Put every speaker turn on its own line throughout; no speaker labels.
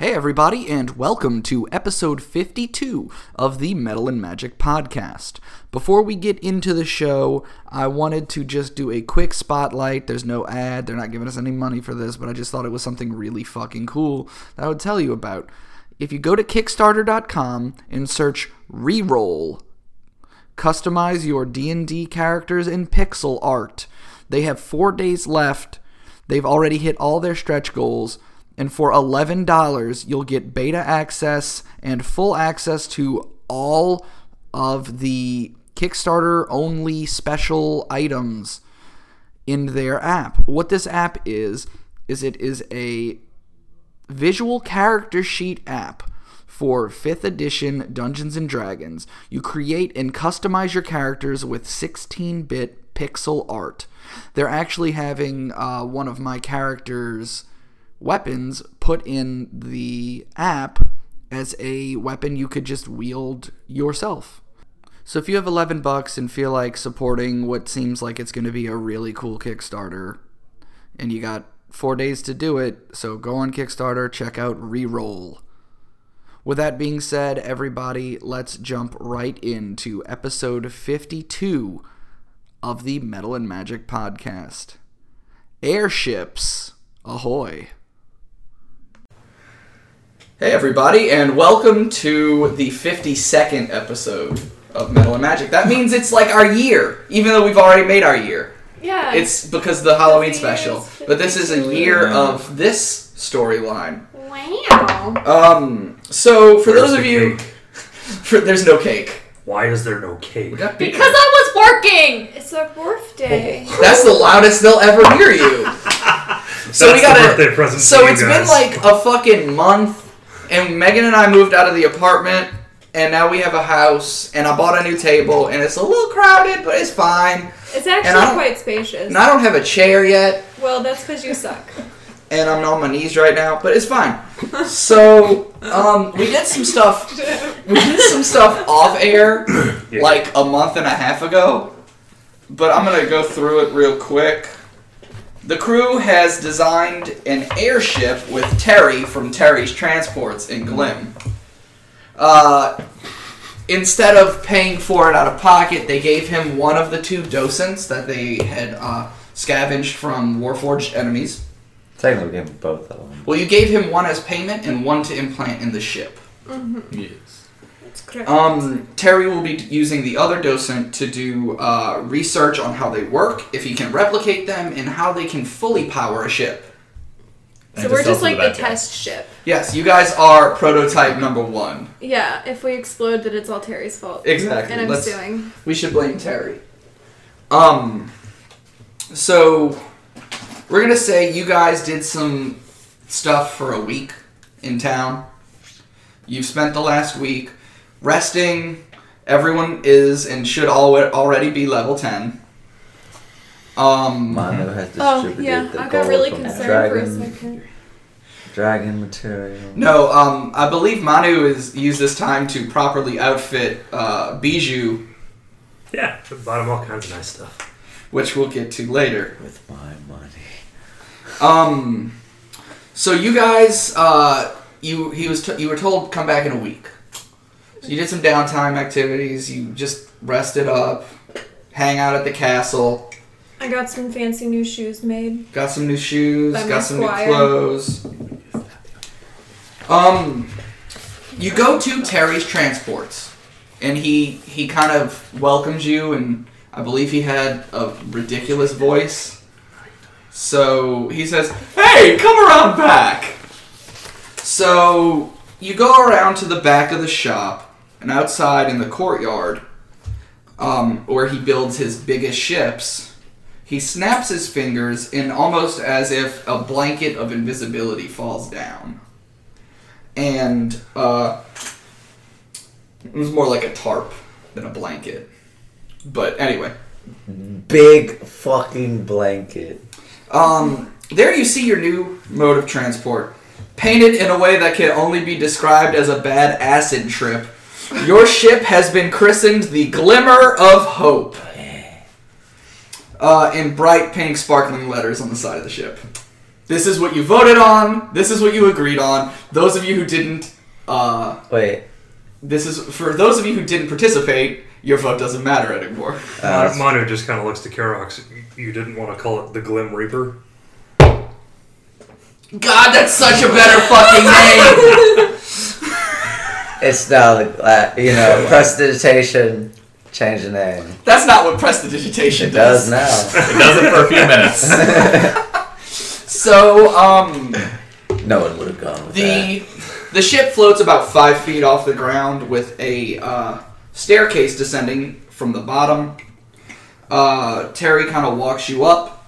Hey, everybody, and welcome to episode 52 of the Metal and Magic Podcast. Before we get into the show, I wanted to just do a quick spotlight. There's no ad, they're not giving us any money for this, but I just thought it was something really fucking cool that I would tell you about. If you go to Kickstarter.com and search Reroll, customize your D&D characters in pixel art. They have 4 days left. They've already hit all their stretch goals and for $11 you'll get beta access and full access to all of the Kickstarter only special items in their app. What this app is is it is a visual character sheet app for 5th edition Dungeons and Dragons. You create and customize your characters with 16 bit pixel art. They're actually having uh, one of my characters' weapons put in the app as a weapon you could just wield yourself. So if you have 11 bucks and feel like supporting what seems like it's going to be a really cool Kickstarter and you got 4 days to do it, so go on Kickstarter, check out Reroll. With that being said, everybody, let's jump right into episode 52 of the Metal and Magic podcast. Airships, ahoy. Hey, everybody, and welcome to the 52nd episode of Metal and Magic. That means it's like our year, even though we've already made our year.
Yeah.
It's because the Halloween
It's a year.
special. But this is a year of this storyline.
wow.
Um, so for those
Where's the
of you,
cake?
for, there's no cake.
Why is there no cake?
Because I was working. It's our birthday.
That's the loudest they'll ever hear you. so
That's
we
the
got
birthday present
So
for you
it's been
guys.
like a fucking month, and Megan and I moved out of the apartment, and now we have a house, and I bought a new table, and it's a little crowded, but it's fine.
It's
And I-
actually quite spacious.
And I don't have a chair yet,
well, that's because you suck.
and I'm on my knees right now, but it's fine. So um, we did some stuff. We did some stuff off air,
Yeah.
like a month and a half ago. But I'm gonna go through it real quick. The crew has designed an airship with Terry from Terry's Transports in Glim. Uh, instead of paying for it out of pocket, they gave him one of the two docents that they had uh, scavenged from Warforged enemies.
Technically, we gave him both of them.
Well, you gave him one as payment and one to implant in the ship.
Yes.
It's correct.
Um, Terry will be using the other docent to do uh, research on how they work, if he can replicate them, and how they can fully power a ship.
so we're just like the test ship.
Yes, you guys are prototype number one.
Yeah. If we explode, that it's all Terry's fault.
Exactly.
And I'm
Let's-
suing.
We should blame Terry. Um, so we're gonna say you guys did some stuff for a week in town. You've spent the last week resting. Everyone is and should al- already be level ten. Um,
Mono has
Oh
distributed
yeah.
the
I got
gold
really
from
concerned
dragon,
for a second.
dragon material.
No, um, I believe Manu is used this time to properly outfit uh, Bijou,
Yeah, I bought him all kinds of nice stuff.
which we'll get to later.
With my money.
Um, so you guys, uh, you he was t- you were told come back in a week. So you did some downtime activities. You just rested up, hang out at the castle,
I got some fancy new shoes made.
got some new shoes,
By my
got some
squire.
new clothes. Um, you go to Terry's transports, and he he kind of welcomes you, and I believe he had a ridiculous voice. So he says, "Hey, come around back." So you go around to the back of the shop, and outside in the courtyard, um, where he builds his biggest ships. He snaps his fingers and almost as if a blanket of invisibility falls down. And uh, it was more like a tarp than a blanket. But anyway,
Big fucking blanket.
um, there you see your new mode of transport. Painted in a way that can only be described as a bad acid trip, your ship has been christened the Glimmer of Hope. Uh, in bright pink sparkling letters on the side of the ship. This is what you voted on. This is what you agreed on. Those of you who didn't, uh,
Wait.
this is for those of you who didn't participate. Your vote doesn't matter anymore.
Uh,
Mon- Manu just kind of looks to Karox. You didn't want to call it the Glim Reaper?
God, that's such a better fucking name.
it's now the gla- you know prestidigitation. Change the name.
That's not what prestidigitation
It does now.
It does it for a few minutes.
So, um,
No one would have gone with that.
the the ship floats about five feet off the ground with a uh, staircase descending from the bottom. Uh, Terry kind of walks you up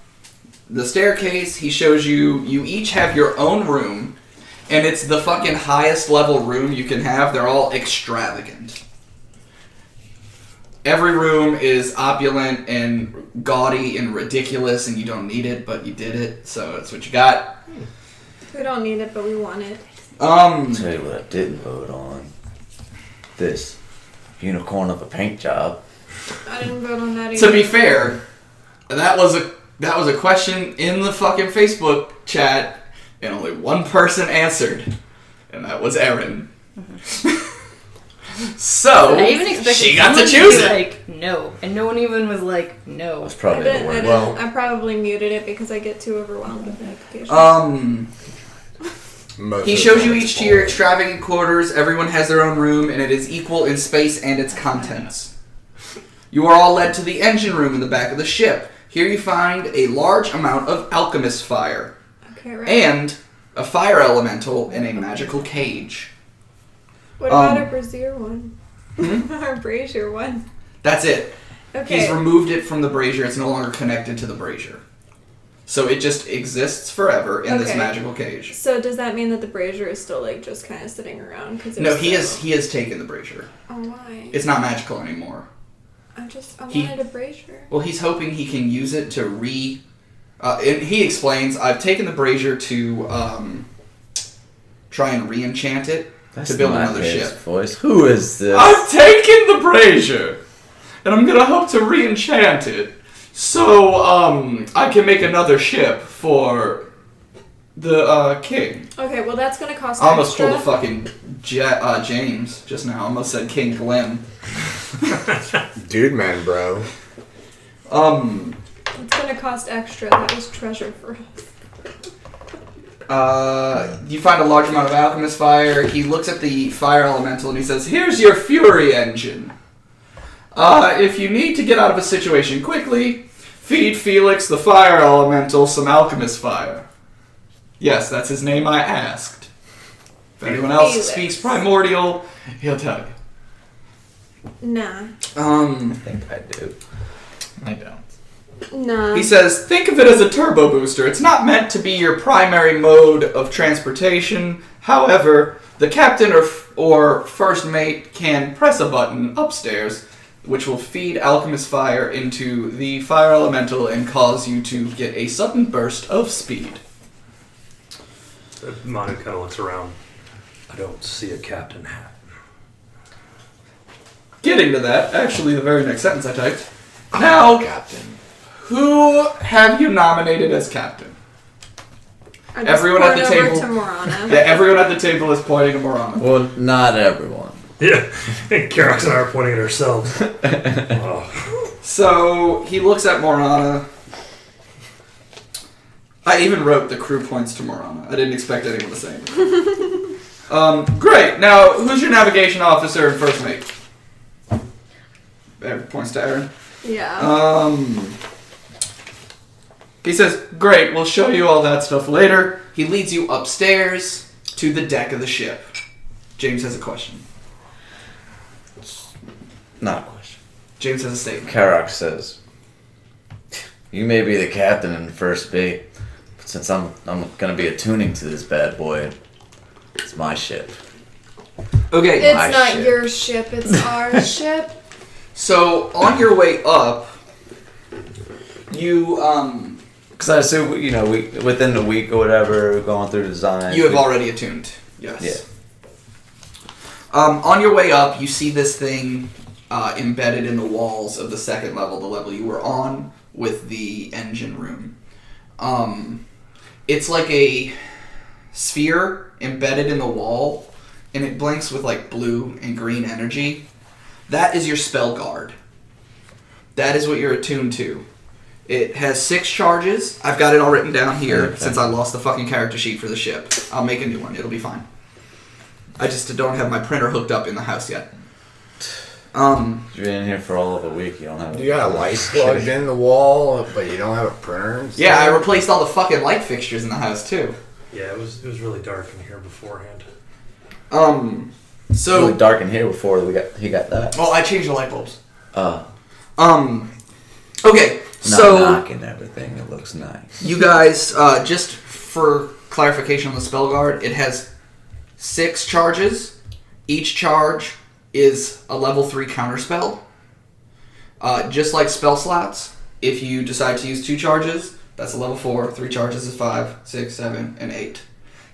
the staircase. He shows you you each have your own room, and it's the fucking highest level room you can have. They're all extravagant. Every room is opulent and gaudy and ridiculous, and you don't need it, but you did it, so that's what you got.
We don't need it, but we want it.
Um,
Tell you what I didn't vote on. This unicorn of a paint job.
I didn't vote on that either.
To be fair, that was a that was a question in the fucking Facebook chat, and only one person answered, and that was Erin.
Mm-hmm.
so
I even expected
Oh. she got to
someone
choose
be
it.
Like no, and no one even was like no.
That's
I,
probably the
didn't, I,
word.
didn't,
Well-
I probably muted it because I get too overwhelmed with notifications.
Um,
Most
he
of the
shows
time
you
it's
each to your
boring.
extravagant quarters. Everyone has their own room, and it is equal in space and its contents. You are all led to the engine room in the back of the ship. Here you find a large amount of alchemist fire.
okay, right.
and a fire elemental in a magical cage.
what about
um,
our brazier one? our brazier one.
That's it.
Okay.
He's removed it from the brazier. It's no longer connected to the brazier. So it just exists forever in this
Okay.
magical cage.
so does that mean that the brazier is still like just kind of sitting around? Cause it
No,
was
he
so-
has he has taken the brazier.
Oh, why?
It's not magical anymore.
I just I
he-
wanted a brazier.
Well, he's hoping he can use it to re. Uh, and he explains, "I've taken the brazier to um, try and re-enchant it
That's
to build
not
another
his
ship." Ah!
voice. Who is this?
I've taken the brazier, and I'm gonna hope to re-enchant it, so um I can make another ship for the uh, king.
Okay, well that's gonna cost.
I almost pulled a
extra.
fucking ja- uh, James just now. I almost said King Glim.
Dude, man, bro.
Um,
It's gonna cost extra. That was treasure for us.
uh, you find a large amount of alchemist fire. He looks at the fire elemental and he says, "Here's your fury engine. Uh, if you need to get out of a situation quickly, feed Felix the fire elemental some alchemist fire." Yes, that's his name. I asked. If anyone else
Felix.
speaks primordial, he'll tell you.
Nah,
Um,
I think I do.
I don't.
nah.
He says, think of it as a turbo booster. It's not meant to be your primary mode of transportation. However, the captain or, or first mate can press a button upstairs, which will feed alchemist fire into the fire elemental and cause you to get a sudden burst of speed.
Uh, Manu kind of looks around. I don't see a captain hat.
Getting to that, actually, the very next sentence I typed. Now,
Captain.
who have you nominated as captain?
I just
everyone at
poured
the
over
table-
To Morana.
Yeah, everyone at the table is pointing to Morana.
Well, not everyone.
Yeah, Karox and I are pointing at ourselves. oh,
So he looks at Morana. I even wrote the crew points to Morana. I didn't expect anyone to say anything. um, great. Now, who's your navigation officer and first mate? Aaron points to Aaron.
yeah.
Um, he says, Great, we'll show you all that stuff later. He leads you upstairs to the deck of the ship. James has a question.
Not a question.
James has a statement.
Karak says, "You may be the captain and first mate, but since I'm I'm gonna be attuning to this bad boy, it's my ship.
Okay,
it's
my
not
ship.
your ship. It's our ship.
So on your way up, you um
Because I assume you know we within the week or whatever, going through design.
you have already attuned. Yes.
Yeah.
Um, on your way up, you see this thing uh, embedded in the walls of the second level, the level you were on with the engine room. Um, it's like a sphere embedded in the wall, and it blinks with like blue and green energy. That is your spell guard. That is what you're attuned to. It has six charges. I've got it all written down here since I lost the fucking character sheet for the ship. I'll make a new one. It'll be fine. I just don't have my printer hooked up in the house yet. Um,
You've been in here for all of a week. You don't have.
You got a light plugged in the wall, but you don't have a printer. and
yeah, I
stuff?
replaced all the fucking light fixtures in the house too.
Yeah, it was it was really dark in here beforehand.
Um,
It
so
looked dark in here before we got. He got that.
well, I changed the light bulbs.
Uh,
Um, okay,
not
Oh, so
knocking everything. It looks nice.
you guys, uh, just for clarification on the spell guard, it has six charges. Each charge is a level three counter spell. Uh, just like spell slots, if you decide to use two charges, that's a level four. Three charges is five, six, seven, and eight.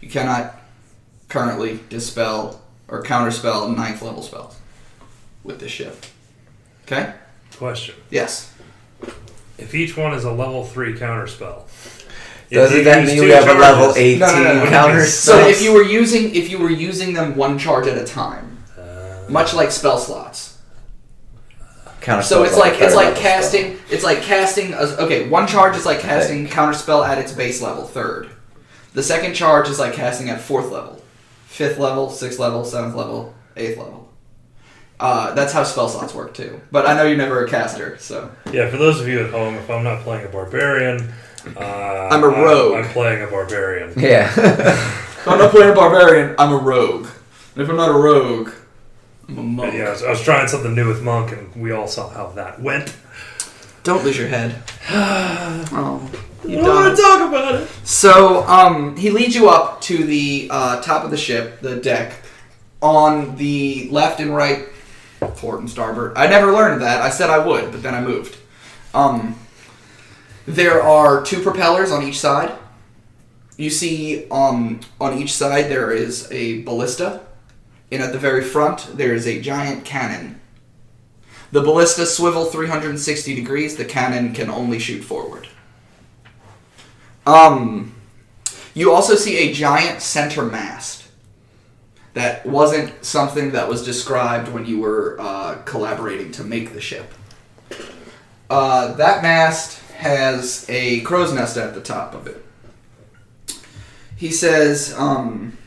You cannot currently dispel or counterspell ninth level spells with this shift. Okay?
Question:
Yes.
If each one is a level three counter spell, if
Doesn't
you
that
use
mean
two
we have a level
charges-
eighteen
No, no, no, no.
counter?
So
spell?
if you were using if you were using them one charge at a time,
Uh,
much like spell slots.
counter
So
spell's
it's
a
like it's
third
like
level spell.
casting it's like casting a, okay, one charge is like casting counter spell at its base level, third. The second charge is like casting at fourth level, fifth level, sixth level, seventh level, eighth level. Uh, that's how spell slots work too. But I know you're never a caster, so
Yeah, for those of you at home, if I'm not playing a barbarian, uh, I'm
a rogue.
I'm, playing a barbarian.
Yeah.
if I'm not playing a barbarian, I'm a rogue. And if I'm not a rogue, I'm a monk.
Yeah, I was, I was trying something new with monk, and we all saw how that went.
Don't lose your head. oh, you don't.
wanna talk about it.
So, um, he leads you up to the uh, top of the ship, the deck. On the left and right, port and starboard. I never learned that. I said I would, but then I moved. Um, there are two propellers on each side. You see, um, on each side there is a ballista, and at the very front there is a giant cannon. The ballista swivel 360 degrees. The cannon can only shoot forward. Um, you also see a giant center mast. That wasn't something that was described when you were uh, collaborating to make the ship. Uh, that mast has a crow's nest at the top of it. He says, um,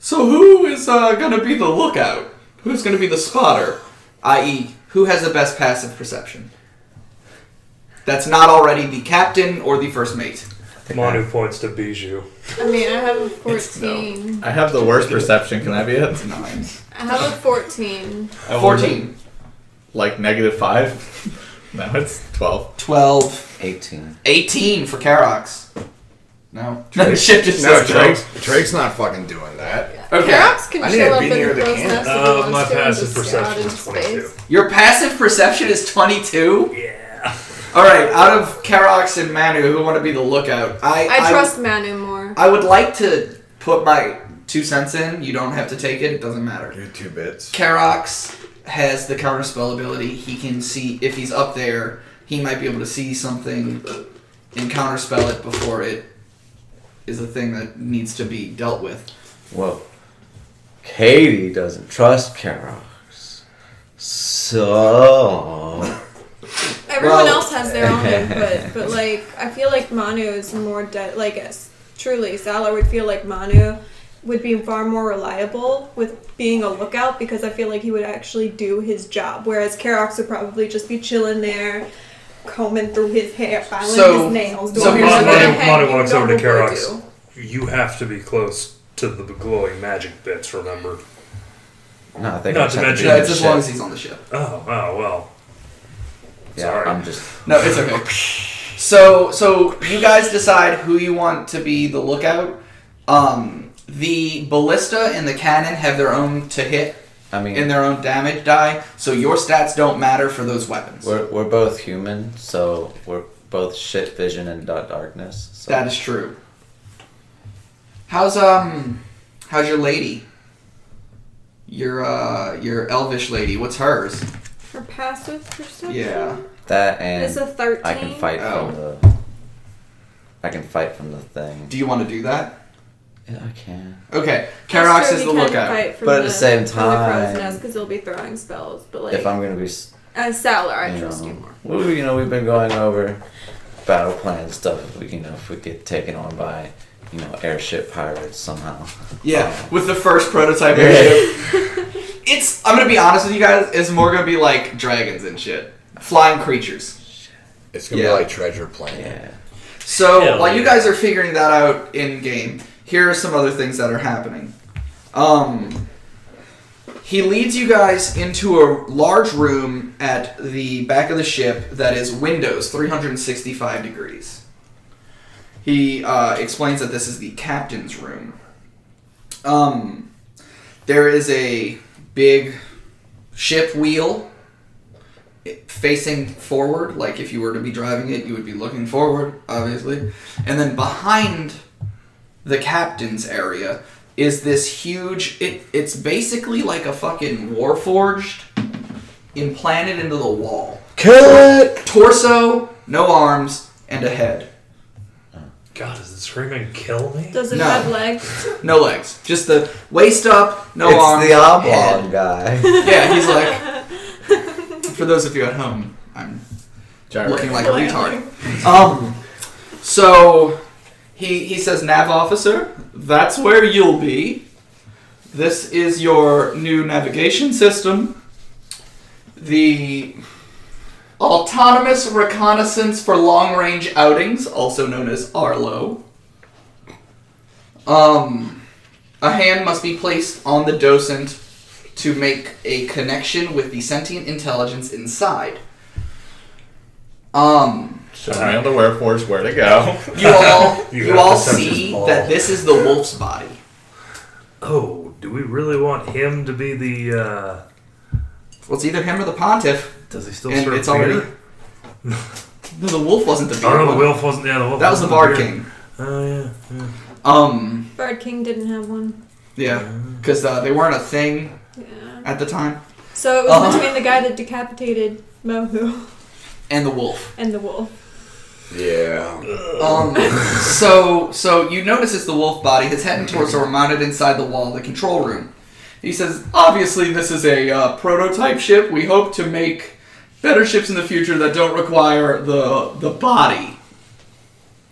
So who is uh, going to be the lookout? Who's going to be the spotter? I.e., who has the best passive perception? That's not already the captain or the first mate.
Manu points to Bijou.
I mean, I have a
It's no.
14.
I have the worst perception. Can I be it?
Nine.
I have a 14.
I was
14.
Like negative five. now it's twelve.
12.
Eighteen.
18 for Karox. No. the ship just
No,
says
Drake's, Drake's not fucking doing that.
Okay.
Perhaps can
I need
show
to
up
be
in
near
the
the
crow's
can.
nest if he
Uh,
wants
my
to and
passive
just stay out
perception
in
is 22.
space.
Your passive perception is 22?
Yeah.
Alright, out of Karox and Manu, who want to be the lookout? I,
I trust Manu more.
I would like to put my two cents in. You don't have to take it, it doesn't matter.
Do two bits.
Karox has the counter spell ability. He can see if he's up there, he might be able to see something and counter spell it before it is a thing that needs to be dealt with.
Whoa. Katie doesn't trust Kerox. So.
Everyone
Well-
else has their own input, but like I feel like Manu is more de- like s- truly Salar would feel like Manu would be far more reliable with being a lookout because I feel like he would actually do his job, whereas Kerox would probably just be chilling there, combing through his hair, filing
So-
his nails.
so
doing
here's the
whatever
thing.
heck
Manu
you
walks over to
normally
Kerox.
do.
You have to be close to the glowing magic bits, remember?
No, I think
Not
I'm
to
trying
mention-
be
Yeah,
in
it's
the
as long
ship.
as he's on the ship.
Oh, oh, well.
Yeah,
Sorry.
I'm just.
No, it's okay. So, so you guys decide who you want to be the lookout. Um, the ballista and the cannon have their own to hit
I mean,
and their own damage die, so your stats don't matter for those weapons.
we're, we're both human, so we're both shit vision and dark darkness. So.
That is true. How's um, how's your lady? Your uh, your elvish lady. What's hers?
Her passive perception
Yeah.
That and
is a thirteen.
I can fight
Oh.
from the I can fight from the thing.
Do you want to do that?
Yeah, I can.
Okay, Karox
true,
is
he
the
can
lookout.
fight from
But at the same
from the crow's
time-
nest because he'll be throwing spells. But like,
if I'm gonna be, s-
as Salar, I
you
trust you
know,
more.
we, you know, we've been going over battle plan stuff. If we, you know, if we get taken on by, you know, airship pirates somehow.
Yeah, with the first prototype.
Yeah.
airship. it's. I'm gonna be honest with you guys. It's more gonna be like dragons and shit, flying creatures.
It's gonna
Yeah.
be like Treasure Planet.
Yeah.
So
Hell
while you
yeah.
guys are figuring that out in game, here are some other things that are happening. Um, he leads you guys into a large room at the back of the ship that is windows 365 degrees. He uh, explains that this is the captain's room. Um, there is a big ship wheel facing forward. Like if you were to be driving it, you would be looking forward, obviously. And then behind the captain's area is this huge. It it's basically like a fucking warforged, implanted into the wall.
Kill it.
Torso, no arms, and a head.
God, is it screaming kill me?
Does it
No.
have legs?
No legs. Just the waist up, no
it's
arms.
the
head.
oblong guy.
Yeah, he's like. For those of you at home, I'm looking like a retard. Um, so he he says, "Nav officer, that's where you'll be. This is your new navigation system. The autonomous reconnaissance for long-range outings, also known as Arlo. Um, a hand must be placed on the docent." To make a connection with the sentient intelligence inside. Um,
Show me on the where force where to go.
you all
You
you,
have
all
to touch his
see
ball.
that this is the wolf's body.
Oh, do we really want him to be the? uh...
Well, it's either him or the pontiff,
Does he still
and
serve
it's
beer?
already. no, the wolf wasn't the beard.
Oh no, the
one.
wolf wasn't. Yeah, the wolf.
That was the
wasn't
Bard
beer.
King.
Oh yeah, yeah.
Um,
Bird King didn't have one.
yeah, because uh, they weren't a thing
Yeah.
at the time,
So it was
Uh-huh.
between the guy that decapitated Mohu
and the wolf.
and the wolf.
Yeah.
Um, so so you notice it's the wolf body. His head and torso are mounted inside the wall of the control room. He says, "Obviously, this is a uh, prototype ship. We hope to make better ships in the future that don't require the the body."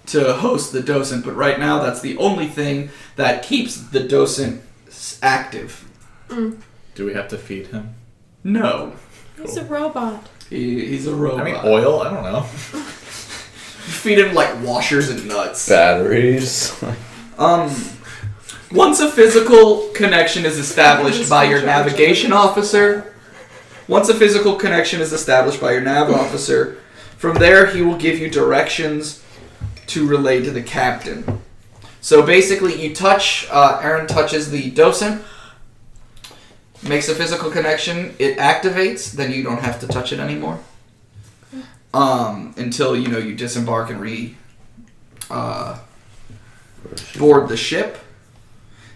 to host the docent, but right now that's the only thing that keeps the docent s- active.
Do we have to feed him?
No,
He's a robot.
he, he's a robot.
I mean, oil? I don't know.
Feed him like washers and nuts.
Batteries.
Um, once a physical connection is established by your navigation officer, once a physical connection is established by your nav officer, from there he will give you directions to relay to the captain. So basically, you touch. Uh, Aaron touches the docent, makes a physical connection. It activates. Then you don't have to touch it anymore. Um, until you know you disembark and re. Uh, board the ship.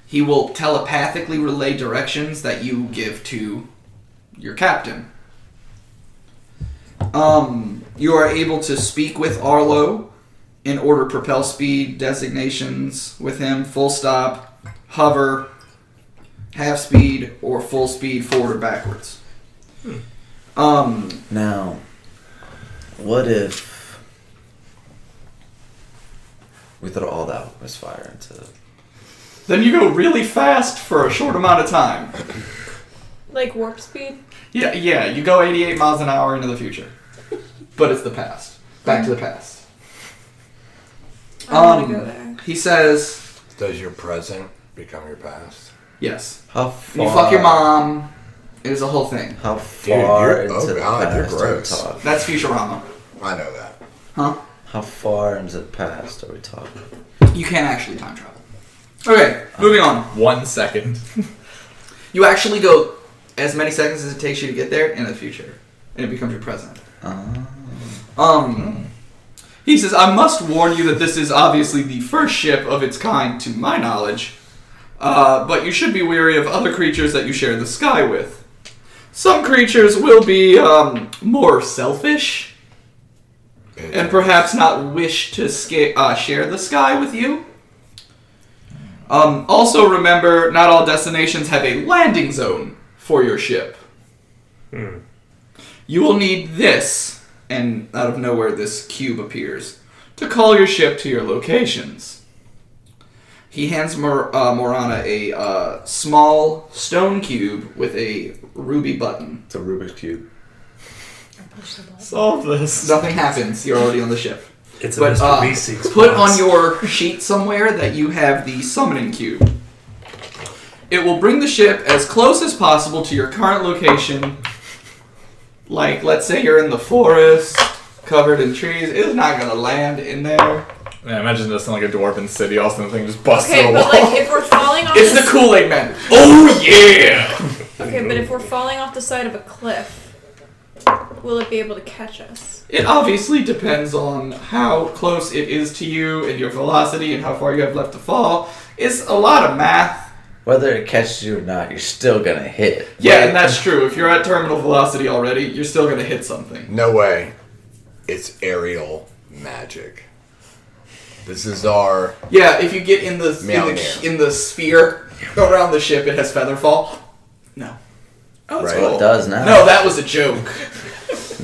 He will telepathically relay directions that you give to your captain. Um, you are able to speak with Arlo and order propel speed designations with him, full stop, hover, half speed, or full speed forward or backwards. Hmm. Um,
Now, what if we throw all that was fire into the
then you go really fast for a short amount of time.
Like warp speed?
Yeah, yeah, you go 88 miles an hour into the future. But it's the past. Back to the past.
I want
Um,
to go there.
He says,
Does your present become your past?
yes.
how
You
far?
fuck your mom. It is a whole thing.
How
Dude,
far
you're-
into
oh
the
God, you're
past are we
gross.
talking?
That's Futurama.
I know that.
Huh?
How far into the past are we talking?
You can't actually time travel. Okay, moving on.
One second.
You actually go as many seconds as it takes you to get there in the future. And it becomes your present.
Uh,
Um, Ah. he says, I must warn you that this is obviously the first ship of its kind to my knowledge, uh, but you should be wary of other creatures that you share the sky with. Some creatures will be um, more selfish and perhaps not wish to sca- uh, share the sky with you. Um, also, remember, not all destinations have a landing zone for your ship.
Hmm.
You will need this, and out of nowhere, this cube appears, to call your ship to your locations. He hands Mor- uh, Morana a uh, small stone cube with a ruby button.
It's a Rubik's Cube.
Solve this.
Nothing happens, you're already on the ship.
It's
But,
a Mr.
uh,
Beast seeks
Put
box.
on your sheet somewhere that you have the summoning cube. It will bring the ship as close as possible to your current location. Like, let's say you're in the forest, covered in trees. It's not gonna land in there.
Man, imagine this in like a dwarven city. All of a sudden, the thing just busts
Okay,
through a
but
wall.
like if we're falling off
It's
the
the Kool Aid Man.
oh yeah!
Okay, but if we're falling off the side of a cliff, will it be able to catch us?
It obviously depends on how close it is to you and your velocity and how far you have left to fall. It's a lot of math.
Whether it catches you or not, you're still gonna hit.
Yeah, and that's true. If you're at terminal velocity already, you're still gonna hit something.
No way. It's aerial magic. This is our.
Yeah, if you get in the in the,
Mjolnir.
in the sphere around the ship, it has feather fall. No. Oh,
that's
Well,
cool.
it does now.
No, that was a joke.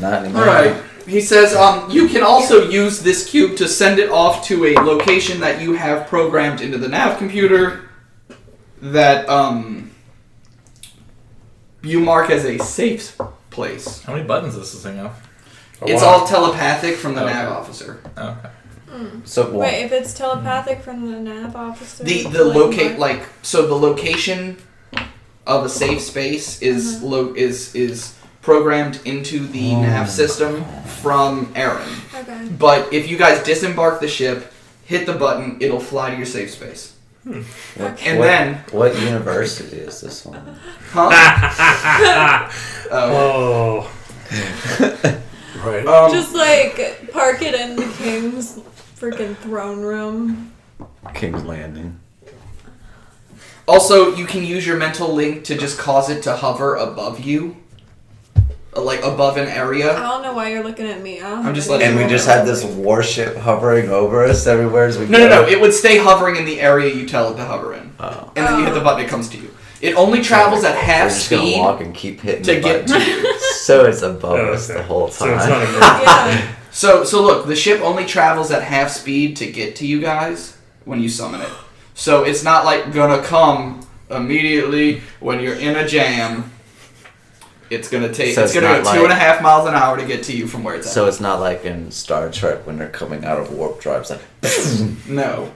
not anymore.
All right. He says, um, you can also use this cube to send it off to a location that you have programmed into the nav computer that um, you mark as a safe place.
How many buttons does this thing have?
A
It's
lot.
all telepathic from the
Okay.
nav officer.
Oh, okay.
So one.
Wait, if it's telepathic from the nav officer.
The the locate like so the location of a safe space is lo- is is programmed into the
Oh.
nav system from Aaron.
Okay.
But if you guys disembark the ship, hit the button, it'll fly to your safe space.
What-
And
what-
then-
what university is this one?
Huh? oh.
Oh. right.
Um,
Just like park it in the king's freaking throne room.
King's Landing.
also, you can use your mental link to just cause it to hover above you, uh, like above an
I
area.
don't know why you're looking at me. I don't
I'm
have
just
any-
letting
And we just had this warship hovering over us everywhere as we
No, no,
go.
no. It would stay hovering in the area you tell it to hover in,
Oh.
and then you hit the button, it comes to you. It only travels at half
We're just gonna
speed.
walk and keep hitting
to
the
get
button. so it's above
Oh,
us the
okay.
whole
So
time.
it's not a
Yeah.
So, so look, the ship only travels at half speed to get to you guys when you summon it. So it's not like gonna come immediately when you're in a jam. It's gonna take.
So
it's,
it's
gonna go
not
two and a
like-
half miles an hour to get to you from where it's
so it's not like in Star Trek when they're coming out of warp drives. Like,
at. No.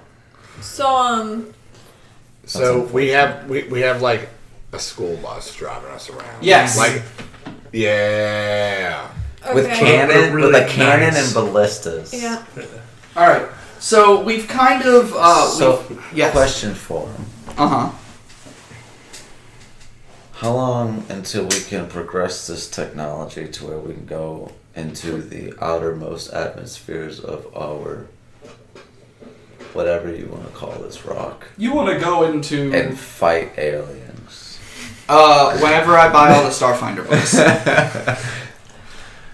So um,
So we have we, we have like a school bus driving us around.
Yes.
Like, yeah.
okay.
with cannon,
Really
with a cannon
nice.
and ballistas.
Yeah.
All right. So we've kind of. Uh,
so,
yes.
question for him:
Uh huh.
How long until we can progress this technology to where we can go into the outermost atmospheres of our whatever you want to call this rock
You want to go into
and fight aliens?
uh, whenever I buy all the Starfinder books.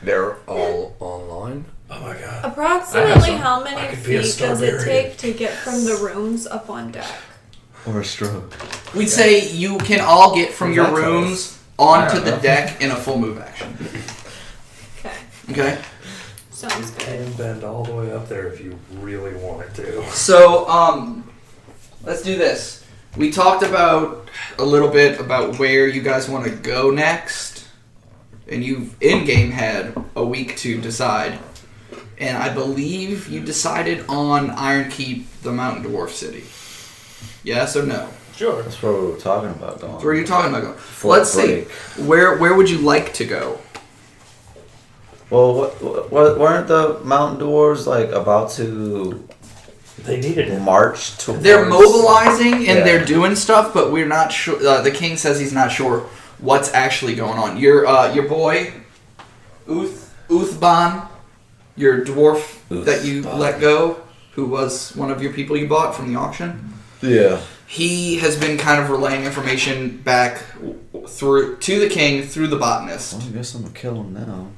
They're all online.
Oh my god.
Approximately
some.
how
I
many
could be a
feet does it
Starbarian.
take to get from the rooms up on deck?
Or a stroke.
We'd say you can all get from your
That's us.
rooms onto
don't
the
know.
deck in a full move action.
Okay.
Okay.
Sounds good.
Can bend all the way up there if you really wanted to.
So, um, let's do this. We talked about a little bit about where you guys want to go next, and you've in game had a week to decide. And I believe you decided on Iron Keep, the Mountain Dwarf City. Yes or no?
Sure.
That's where we were talking about going.
Where are you talking about? Going?
Fort
Let's
Blake.
see. Where where would you like to go?
Well, what, what, weren't the mountain dwarves like about to
They needed it.
march towards?
They're mobilizing and
Yeah.
they're doing stuff, but we're not sure. Uh, the king says he's not sure what's actually going on. Your uh, your boy, Uth Uthban, your dwarf that you
Uthban.
let go, who was one of your people you bought from the auction.
Yeah.
He has been kind of relaying information back w- w- through to the king through the botanist.
Well, I guess I'm gonna kill them now.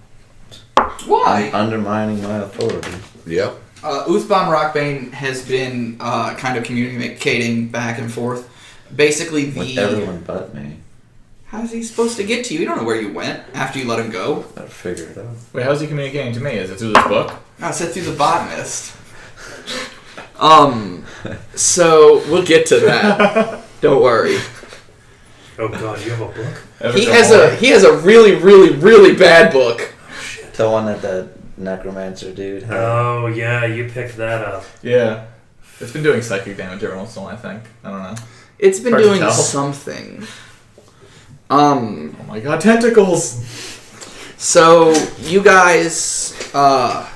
Why?
Undermining my authority.
Yep.
Uh, Uthbom Rockbane has been uh, kind of communicating back and forth. Basically, the.
With everyone but me.
How's he supposed to get to you? You don't know where you went after you let him go.
Better figure it out.
Wait, how's he communicating to me? Is it through this book?
I said through the botanist. Um, so we'll get to that. Don't worry.
Oh god, you have a book?
He has a he has a really really really bad book.
The one that the necromancer dude had.
Uh,
Oh yeah, you picked that up.
Yeah. It's been doing psychic damage every once in a while, I think. I don't know.
It's been
Hard to
doing
tell.
something. Um,
Oh my god, tentacles!
so you guys, uh,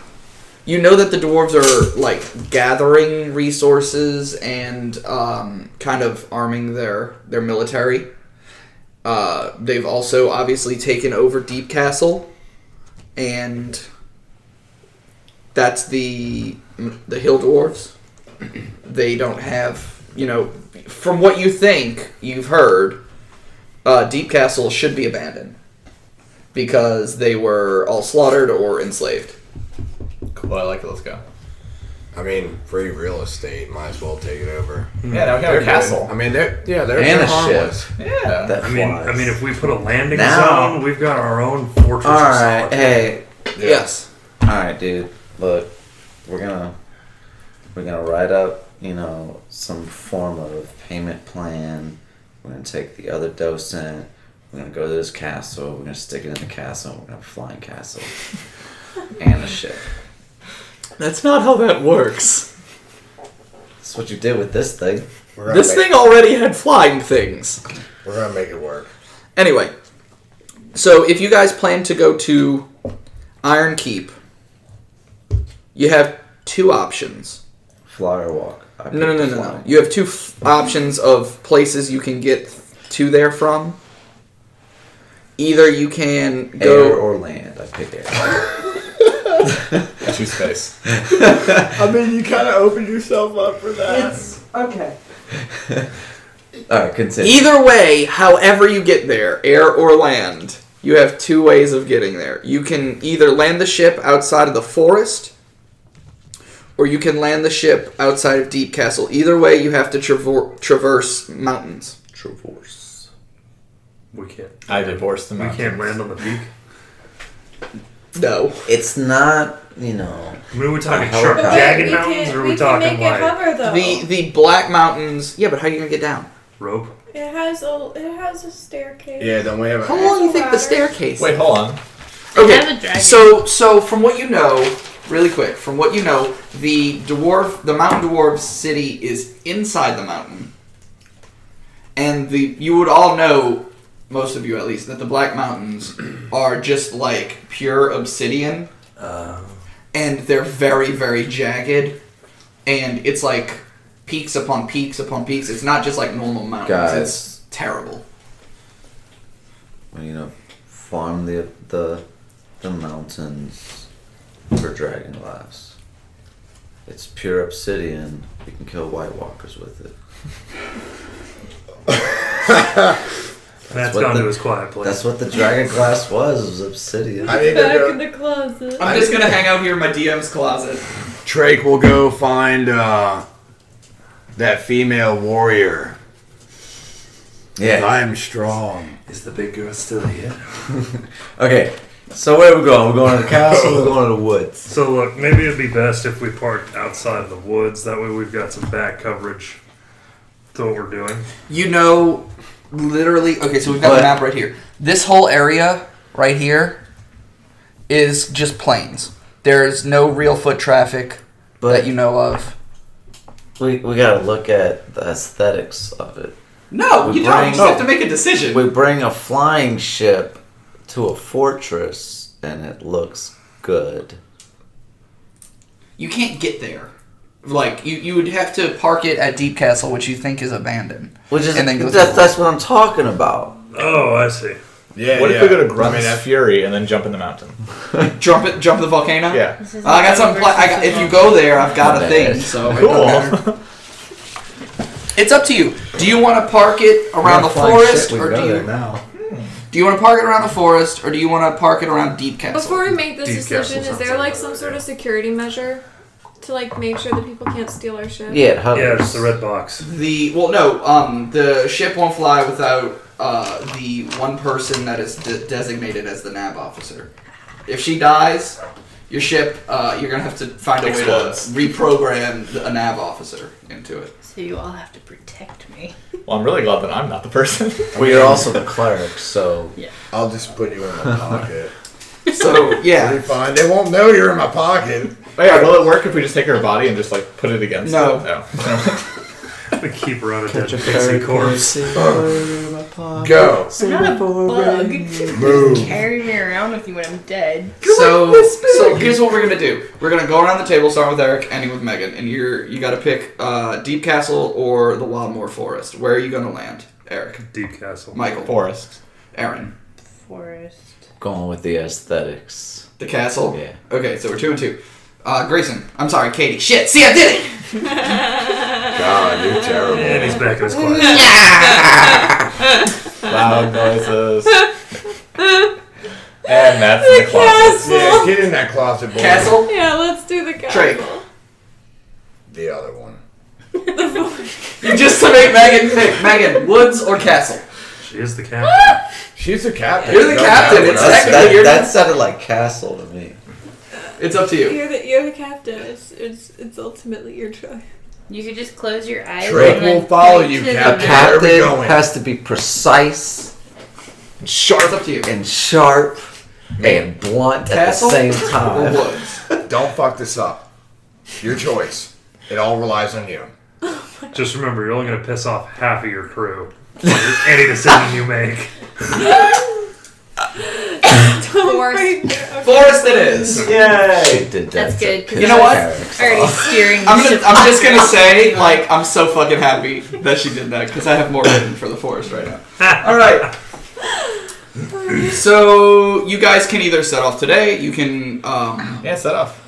you know that the dwarves are like gathering resources and um, kind of arming their their military. Uh, they've also obviously taken over Deep Castle, and that's the the hill dwarves. They don't have you know, from what you think you've heard, uh, Deep Castle should be abandoned because they were all slaughtered or enslaved.
Cool, I like it, let's go.
I mean, free real estate. Might as well take it over.
Yeah, now we got a
They're
castle.
good. I mean, they're yeah, they're,
And
they're
a
harmless.
Yeah.
That
I mean,
flies.
I mean, if we put a landing
Now-
zone, we've got our own fortress.
All
of
right,
solitude.
hey,
Yes.
all right, dude. Look, we're gonna we're gonna write up, you know, some form of payment plan. We're gonna take the other docent. We're gonna go to this castle. We're gonna stick it in the castle. We're gonna have a flying castle and a ship.
That's not how that works.
That's what you did with this thing.
We're gonna
This
make-
thing already had flying things.
We're gonna make it work.
Anyway, so if you guys plan to go to Iron Keep, you have two options.
Fly or walk. I
No, no, no,
picked
no, no.
fly.
You have two f- options of places you can get to there from. Either you can go.
Air or land. I picked air.
Choose space.
I mean, you kind of opened yourself up for that.
okay.
All right, continue.
Either way, however you get there, air or land, you have two ways of getting there. You can either land the ship outside of the forest, or you can land the ship outside of Deep Castle. Either way, you have to traver- traverse mountains.
Traverse.
we can't.
I divorced the
We can't
mountain.
land on the peak.
No.
It's not, you know.
I mean, are we talking
A
sharp
helicopter.
jagged
we
mountains,
can,
or are
we
we,
can
talking
make
like
it hover though.
The the Black Mountains. Yeah, but how are you gonna get down?
rope?
it has a it has a staircase.
Yeah, don't we have
How
a
long do you think the
Ladder.
staircase?
Wait, hold
I
on.
have a dragon.
So so from what you know, really quick, from what you know, the dwarf the mountain dwarf city is inside the mountain. And the you would all know, most of you at least, that the Black Mountains are just like pure obsidian
Uh,
and they're very, very jagged. And it's like peaks upon peaks upon peaks. It's not just like normal mountains.
Guys.
It's terrible.
Well, you know, farm the the the mountains for dragon glass. It's pure obsidian. We can kill White Walkers with it.
Matt's
what
gone
the-
to his quiet place.
That's what the dragon glass was. Was obsidian.
I think
Back
they're
in
gonna-
the closet.
I'm just gonna hang out here in my DM's closet.
Drake will go find uh, that female warrior.
Yeah.
I am strong.
Is the big girl still here?
Okay. So where are we going? We're going to the castle. We're going to the woods.
So look, maybe it'd be best if we parked outside the woods. That way, we've got some back coverage to what we're doing.
You know, literally. Okay, so we've got
But-
the map right here. This whole area right here is just plains. There's no real foot traffic that
But
you know of.
we we gotta look at the aesthetics of it.
No,
We you don't. You just bring- have to
make a decision.
We bring a flying ship to a fortress, and it looks good.
You can't get there. Like you, you would have to park it at Deep Castle, which you think is abandoned.
Which is
And then go to the
that's, that's what I'm talking about.
Oh, I see.
Yeah.
What
yeah.
if we go to
I mean,
Grunt's
that-
Fury and then jump in the mountain?
Jump it, jump the volcano.
Yeah.
This is
I got something. Pla- I got, if you go there, I've got a thing. So it doesn't matter.
Cool.
it's up to you. Do you want to park it around the
Flying ship,
forest,
we
or
can go
do
there
you
now?
Do you want to park it around the forest, or do you want to park it around Deep Castle?
Before we make this
Deep
decision,
castle
is
sounds
there like
like
some
that,
sort
yeah.
of security measure to like make sure that people can't steal our shit?
Yeah, it hovers.
Yeah, it's the red box.
the well, no, um, the ship won't fly without uh, the one person that is de- designated as the NAB officer. If she dies, your ship, uh, you're gonna have to find a
Explodes.
way to reprogram the, a NAB officer into it.
So you all have to protect me.
Well, I'm really glad that I'm not the person.
Well, you're also the cleric, so
I'll just put you in my pocket.
So
It'll
yeah,
be fine. They won't know you're in my pocket.
But yeah, will it work if we just take her body and just like put it against
No.
it? No.
We keep her on a dead pixie corpse.
Oh.
Go.
I'm not a bug. You
Move.
Carry me around with you when I'm dead.
so so here's what we're gonna do. We're gonna go around the table, starting with Eric, ending with Megan, and you're you gotta pick uh, Deep Castle or the Wildmoor Forest. Where are you gonna land, Eric,
Deep castle.
Michael,
Forest.
Aaron?
Forest.
going with the aesthetics.
The castle.
Yeah.
Okay, so we're two and two. Uh, Grayson, I'm sorry, Katie. Shit, see, I did it.
God, you're terrible.
And he's back in his class.
Loud noises. and Matt's in the closet.
Castle.
Yeah, get in that closet, boy.
Castle.
Yeah, let's do the castle.
Trey.
The other one.
You just to make Megan pick. Megan, woods or castle?
She is the captain.
She's the captain.
You're the
Don't
captain,
matter
it's
what I
Technically,
That's,
say.
that,
you're-
that sounded like castle to me.
It's up to you.
You're the you're the captain. It's it's, it's ultimately your choice.
You could just close your eyes.
Drake
and then
will follow
point
you,
to the
Cap.
map.
Where are we
Captain
going?
has to be precise
Sharp. It's up to you.
and sharp and blunt
Castle
at the same
or
time.
woods?
Don't fuck this up. Your choice. It all relies on you.
Just remember, you're only going to piss off half of your crew. with Any decision you make.
Forest.
Forest it is.
She did that
That's
to
good. 'cause
You know what?
Eric's
Already
off.
steering. the
I'm gonna,
ship
I'm just gonna say, like, I'm so fucking happy that she did that because I have more written for the forest right now. All right. So you guys can either set off today. You can um,
Yeah, set off.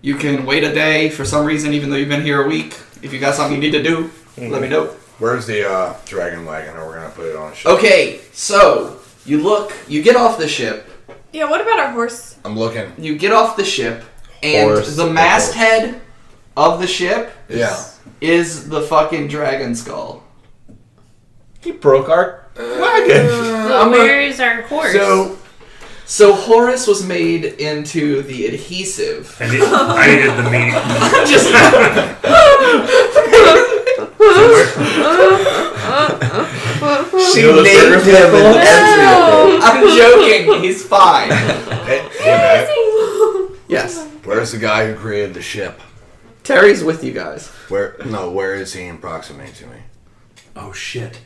You can wait a day for some reason, even though you've been here a week. If you got something you need to do, let me know.
Where's the uh, dragon wagon? Or we're gonna put it on a
Oh.
ship.
Okay, so you look, you get off the ship,
Yeah, what about our horse?
I'm looking.
you get off the ship, and
Horse.
the masthead of the ship
Yeah.
is the fucking dragon skull.
He broke our wagon.
Well, where is our horse?
So, so Horus was made into the adhesive.
I need, I needed the meat.
Just
She
You know the
named
sugar
him and everything.
I'm joking. He's fine.
Hey, hey, Matt,
Yes,
where's the guy who created the ship?
Terry's with you guys.
Where? No, where is he in proximity to me?
Oh shit.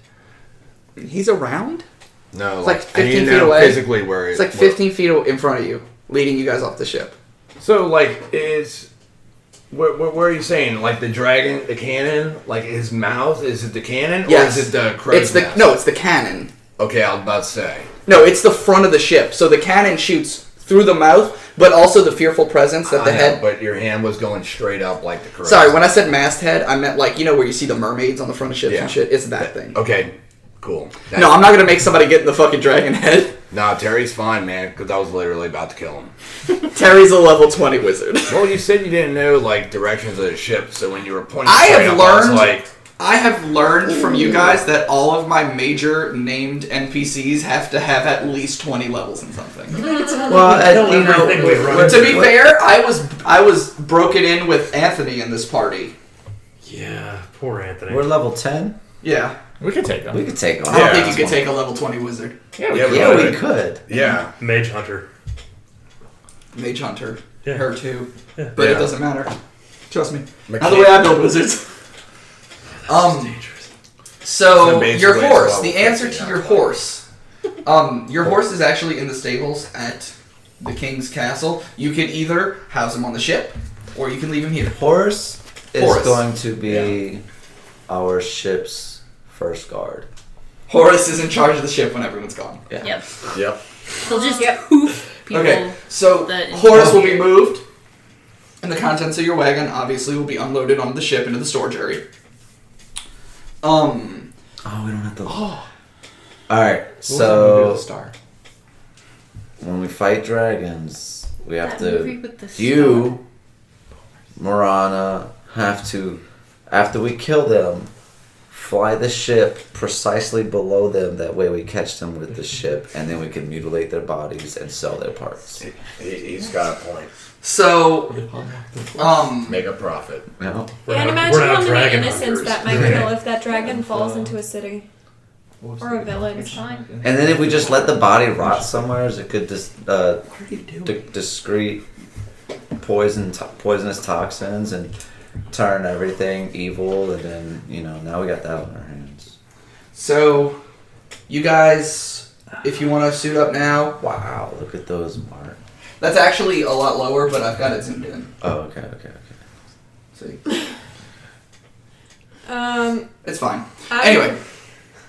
He's around.
No,
It's like
I need
15
to
feet
know
away.
Physically, where
It's like 15 feet in front of you, leading you guys off the ship.
So, like, is where, where, where are you saying? Like the dragon, the cannon, like his mouth? Is it the cannon,
Yes.
or is it the crow's
it's the
nest?
no, it's the cannon.
Okay, I was about to say.
No, it's the front of the ship. So the cannon shoots through the mouth, but also the fearful presence that the
I know,
head.
but your hand was going straight up like the crow.
Sorry, when I said masthead, I meant like you know where you see the mermaids on the front of ships
Yeah.
and shit. It's that thing.
Okay, cool. That-
No, I'm not gonna make somebody get in the fucking dragon head.
Nah, Terry's fine, man, because I was literally about to kill him.
Terry's a level 20 wizard.
Well, you said you didn't know like directions of the ship, so when you were pointing,
I
straight
have
up, I was
learned-
like,
I have learned from you guys that all of my major named NPCs have to have at least 20 levels in something.
Well, I, you
Everything we run
know,
to be
what-
fair, I was I was broken in with Anthony in this party.
Yeah, poor Anthony.
we're level ten.
Yeah.
We could take
We
him.
could take him.
I don't
Yeah.
think you could take a level 20 wizard.
Yeah, we
Yeah,
could.
Yeah, we could.
yeah,
Mage Hunter.
Mage Hunter.
Yeah.
Her too. But it
Yeah.
doesn't matter. Trust me. Not the
Mechanic-
way I build wizards. Um
So
so
basically
your
it's
horse,
level
the answer
50,
to
yeah.
your horse. Um your horse is actually in the stables at the king's castle. You can either house him on the ship or you can leave him here.
Horse is
Horus.
going to be our ship's first guard.
Horus is in charge of the ship when everyone's gone.
Yep.
Yep.
He'll just hoof people.
Okay, so
that-
Horus will be moved, and the contents of your wagon obviously will be unloaded onto the ship into the storage area. Um,
Oh, we don't have to.
oh,
All right,
What was that movie
so
with the star.
when we fight dragons, we have
That movie
to.
with the
You, Morana, have to, after we kill them, fly the ship precisely below them. That way we catch them with the ship, and then we can mutilate their bodies and sell their parts.
He, has got a point.
So, um,
Make a profit.
No?
We're
and
not-
imagine
we're not
how many
dragon
innocents
hunters.
that might kill if that dragon falls into a city or a village.
fine.
And then if we just let the body rot somewhere, it could dis- uh,
what are you doing?
di- discrete poison to- poisonous toxins and turn everything evil, and then you know now we got that on our hands.
So, you guys, if you want to suit up now,
Wow, look at those marks.
that's actually a lot lower, but I've got it zoomed in.
Oh, okay, okay, okay.
So
Um,
it's fine.
I,
Anyway,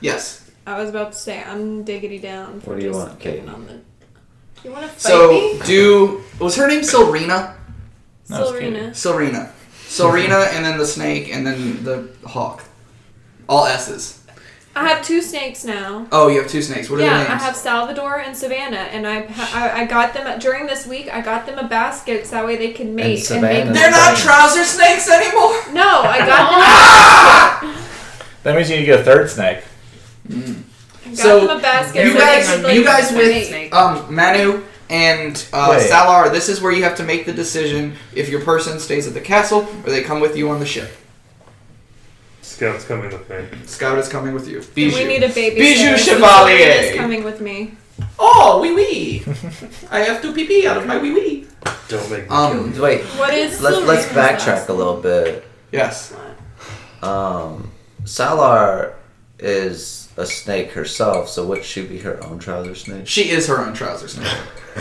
yes.
I was about to say I'm diggity down. For
What do you
just
want,
getting
Katie?
On the, you want to fight
So
me,
do was her name Silrina?
No, it's
Silverina?
Silrina, Silrina, and then the snake, and then the hawk. All S's.
I have two snakes now.
Oh, you have two snakes. What are
yeah,
their names?
I have Salvador and Savannah, and I, I I got them during this week. I got them a basket so that way they can mate and, make.
Savannah.
They're not trouser snakes anymore.
No, I got
That means you need to get a third snake.
them. I got
So,
them a basket.
You
so they
guys,
could, like,
you guys
mate.
with um, Manu and uh,
Wait.
Salar, this is where you have to make the decision if your person stays at the castle or they come with you on the ship.
Scout's coming with me.
Scout is coming with you. Bijou.
We need a baby.
Bijou
Is
Chevalier.
coming with me.
Oh, wee wee. I have to pee pee out of my wee wee.
Don't make me
Um,
Wait,
What is?
let's let's
Silverina's
backtrack
last
a little bit.
yes.
Um, Salar is a snake herself, so would she be her own trouser snake?
She is her own trouser snake.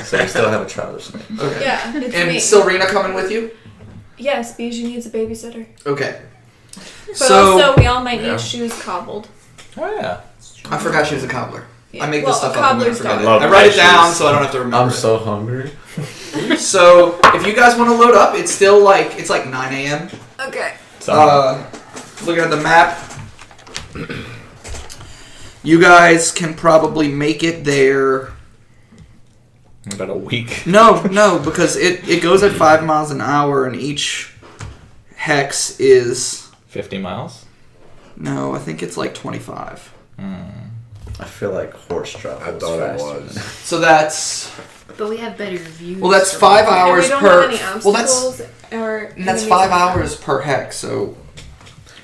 So we still have a trouser snake.
Okay.
Yeah, it's
And
me.
Silrina coming with you?
yes, Bijou needs a babysitter.
Okay.
But
so
also, we all might
Yeah.
need shoes cobbled.
Oh yeah.
I forgot she was a cobbler. I make
well,
this stuff up.
a
and I
cobbler's
forget it.
daughter.
Love
I write it
that
down
she's-
so I don't have to remember. it.
hungry.
So if you guys want to load up, it's still like it's like 9 a.m.
Okay.
So
Uh, looking at the map, you guys can probably make it there.
in about a week.
No, no, because it it goes at five miles an hour, and each hex is
Fifty miles.
no, I think it's like 25.
I feel like horse travel.
I
is
thought it
faster
was.
than-
So that's
But we have better views.
well, that's five hours
and we don't
per.
Have any
well, that's
obstacles or
and that's
enemies
five
or anything.
hours per hex. So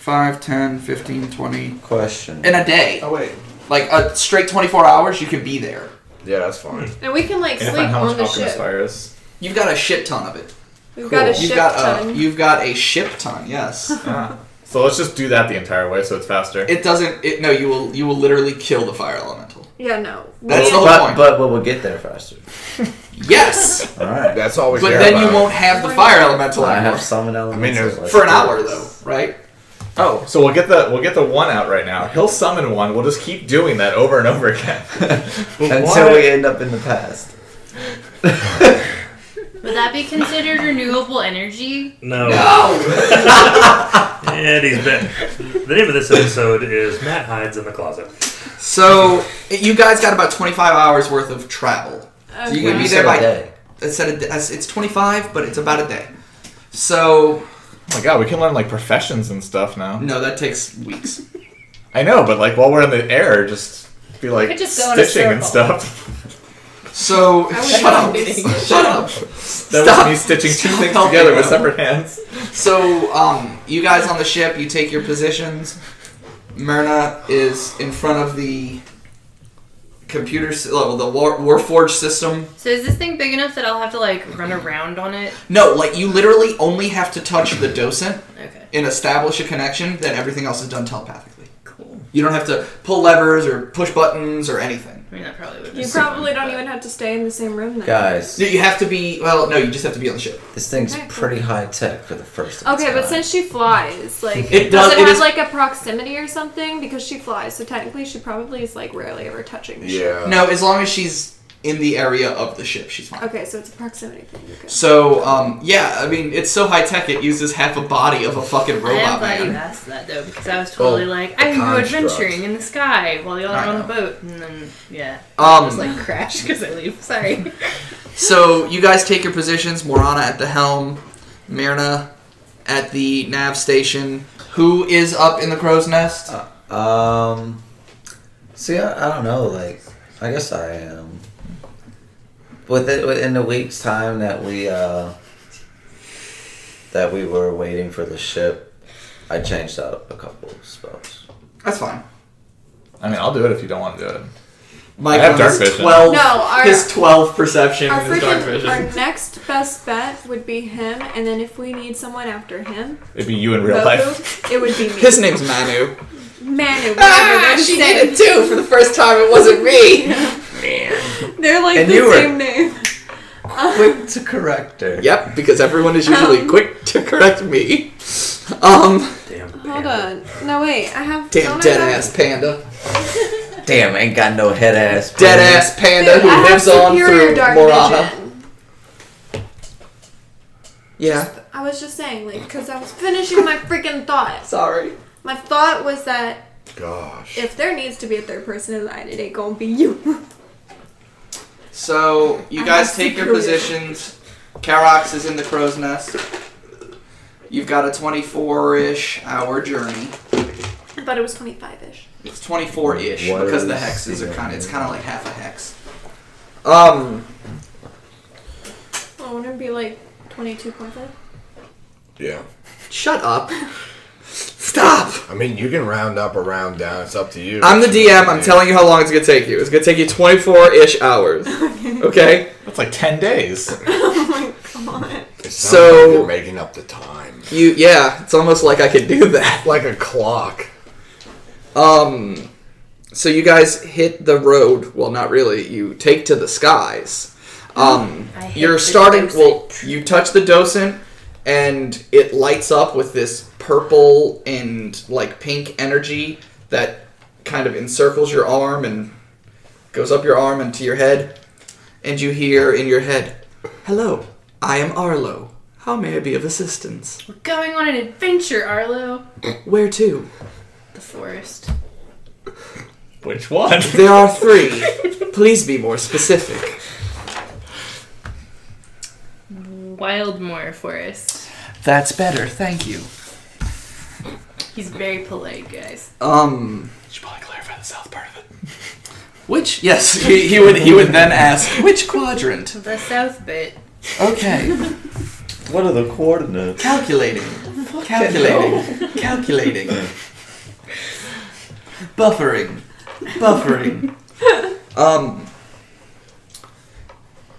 5, 10, 15, 20.
Question.
in a day. Oh wait, like a straight 24 hours, you could be there.
Yeah, that's fine.
And we can like
And I
sleep
find how
on
much
the
alchemist
ship.
fire is.
You've got a shit ton of it.
We've got a
You've
ship
got uh,
ton.
a you've got a ship ton. Yes.
So let's just do that the entire way, so it's faster.
It doesn't. It no. You will. You will literally kill the fire elemental.
yeah, no. We
That's
need-
the whole
but
point.
but we'll, we'll get there faster.
Yes,
All right.
that's all we
but
care
then
about.
you won't have the fire elemental
I
anymore
have summon elements.
there's-
so let's
for an
do
hour
this.
though, right?
Oh, so we'll get the we'll get the one out right now. He'll summon one. We'll just keep doing that over and over again. Oh
Until we end up in the past.
Would that be considered renewable energy?
No.
No.
Oh.
And he's been. The name of this episode is Matt Hides in the Closet.
So you guys got about 25 hours worth of travel. So
Okay.
you can
You
be
said
there
a
by.
day.
It's at a, it's it's 25, but it's about a day. So
Oh my god, we can learn like professions and stuff now.
no, that takes weeks.
I know, but like while we're in the air, just be like
could just go in a
stitching and
circle.
stuff.
So shut up, shut up.
That
Stop.
was me stitching two
Stop
things
helping
together with
them.
separate hands.
So, um, you guys on the ship, you take your positions. Myrna is in front of the computer, s- well, the war, Warforged system.
So is this thing big enough that I'll have to like run around on it?
No, like you literally only have to touch the docent
Okay.
and establish a connection. Then everything else is done telepathically.
Cool.
You don't have to pull levers or push buttons or anything.
I mean, that probably would.
You probably don't even have to stay in the same room then.
Guys,
So you have to be well. No, you just have to be on the ship.
this thing's
Okay, cool.
pretty high tech for the first. of its
Okay, but
kind.
since she flies, like
It
does,
does-
it
it
have
is-
like a proximity or
Uh.
something? Because she flies, so technically she probably is like rarely ever touching the ship.
No, as long as she's in the area of the ship. She's fine.
Okay, so it's a proximity thing. Okay.
So, um, yeah, I mean, it's so high tech it uses half a body of a fucking
I am
robot
glad you
man. Oh,
asked that though, because I was totally like, I can go
construct.
adventuring in the sky while y'all
I
are on the
know.
boat, and then yeah, I was
Um,
like crash because I leave. Sorry.
so you guys take your positions. Morana at the helm, Myrna at the nav station. Who is up in the crow's nest?
Uh,
Um. See, I, I don't know. Like, I guess I am. Within within the week's time that we uh that we were waiting for the ship, I changed out a couple of spells.
That's fine.
I mean, I'll do it if you don't want to do it.
Mike
I have
on
dark
his
vision.
twelve.
No, our-
his twelve perception
Our
and his dark
freaking,
vision.
our next best bet would be him, and then if we need someone after him,
It'd be you in real
Goku,
life.
it would be me.
His name's Manu.
Manu.
Ah, she did it too for the first time. It wasn't me.
They're like
And
the
you were-
same name.
Quick to correct her.
yep, because everyone is usually
Um.
quick to correct me. Um,
Hold on. No wait, I have. oh
damn
don't I
dead
have-
ass panda.
Damn, ain't got no head ass.
Dead ass panda
Dude,
who
I have
lives on
superior
through
dark
Morana.
vision.
Yeah,
I was just saying, like, because I was finishing my freaking thought.
sorry.
My thought was that
Gosh.
if there needs to be a third person in line, it ain't gonna be you.
So you
I
guys
have
take your
superior-
positions. Karox is in the crow's nest. You've got a 24-ish hour journey.
I thought it was 25 ish.
It's 24-ish
What
because the
is
hexes are
the-
kind of. It's kind of like half a hex. Um.
Oh, wouldn't it be like 22.5?
Yeah.
Shut up. Stop.
I mean, you can round up or round down. It's up to you.
I'm the
It's what
DM.
you
I'm
do.
telling you how long it's gonna take you. It's gonna take you 24-ish hours. Okay.
That's like ten days.
oh my god.
It sounds
So-
like you're making up the time,
You. Yeah. It's almost like I could do that.
like a clock.
Um, so you guys hit the road. Well, not really. You take to the skies. Um,
I hate
you're
the
starting. Well,
docent.
you touch the docent, and it lights up with this purple and like pink energy that kind of encircles your arm and goes up your arm and to your head, and you hear in your head, "Hello, I am Arlo. How may I be of assistance?
We're going on an adventure, Arlo.
Where to?"
The forest.
Which one?
There are three. Please be more specific.
Wildmoor Forest.
That's better, thank you.
He's very polite, guys.
Um,
should probably clarify the south part of it.
which yes, he, he would he would then ask which quadrant.
The south bit.
Okay,
What are the coordinates?
calculating, calculating, calculating, buffering, buffering. Um.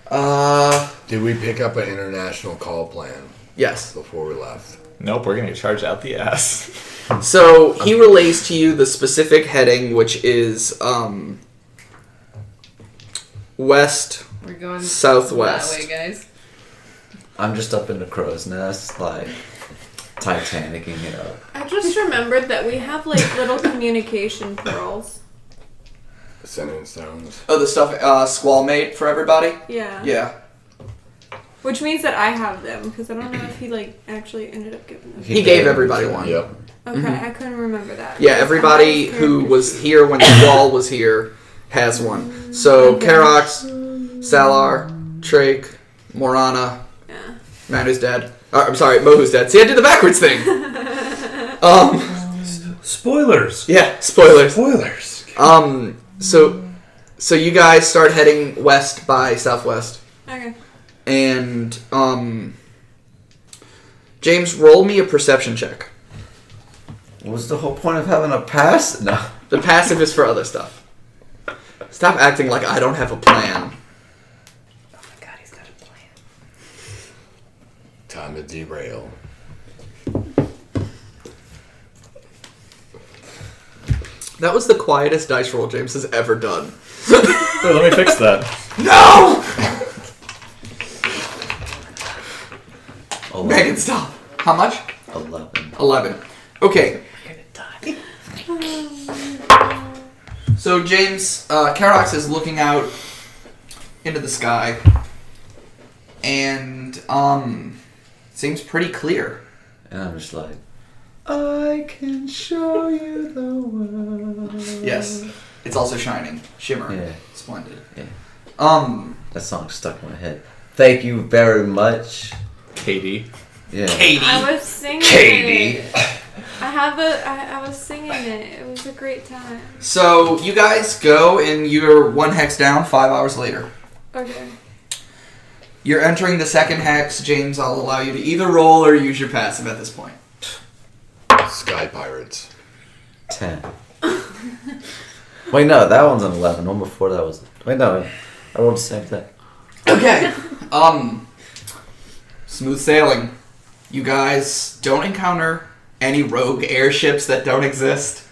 Uh.
Did we pick up an international call plan
Yes.
before we left?
Nope, we're gonna get charged out the ass.
So he relays to you the specific heading, which is um. West.
We're going
Southwest.
that way, guys.
I'm just up in the crow's nest, like Titanicing it up.
I just remembered that we have like little communication pearls.
Sending stones.
Oh, the stuff uh, Squall made for everybody.
Yeah.
Yeah.
Which means that I have them because I don't know if he like actually ended up giving them.
He gave everybody one.
Yep.
Okay, I couldn't remember that.
Mm-hmm. Yeah, everybody who was here when the wall was here has one. So Karox, Salar, Trake, Morana,
Yeah.
Manu's dead. Uh, I'm sorry, Mohu's dead. See, I did the backwards thing. Um,
Spoilers.
yeah, spoilers.
Spoilers.
Um, so, so you guys start heading west by southwest,
Okay.
and um, James, roll me a perception check.
What was the whole point of having a pass? No.
The passive is for other stuff. Stop acting like I don't have a plan.
Oh my god, he's got a plan.
Time to derail.
That was the quietest dice roll James has ever done.
Wait, let me fix that.
No! Megan,
Eleven.
stop. How much?
Eleven.
11. Okay,
We're gonna die.
so James, uh, Karox is looking out into the sky, and um, seems pretty clear.
And I'm just like,
I can show you the world. Yes, it's also shining, shimmering,
Yeah.
splendid.
Yeah.
Um,
that song stuck in my head. Thank you very much.
Katie.
Yeah.
Katie.
I was singing
Katie.
it. I have a. I, I was singing it. It was a great time.
So you guys go, and you're one hex down. Five hours later,
Okay.
you're entering the second hex. James, I'll allow you to either roll or use your passive at this point.
Sky Pirates.
10. Wait, no, that one's an 11. One before that was. Wait, no, I rolled the same thing.
Okay. um. Smooth sailing. You guys don't encounter any rogue airships that don't exist,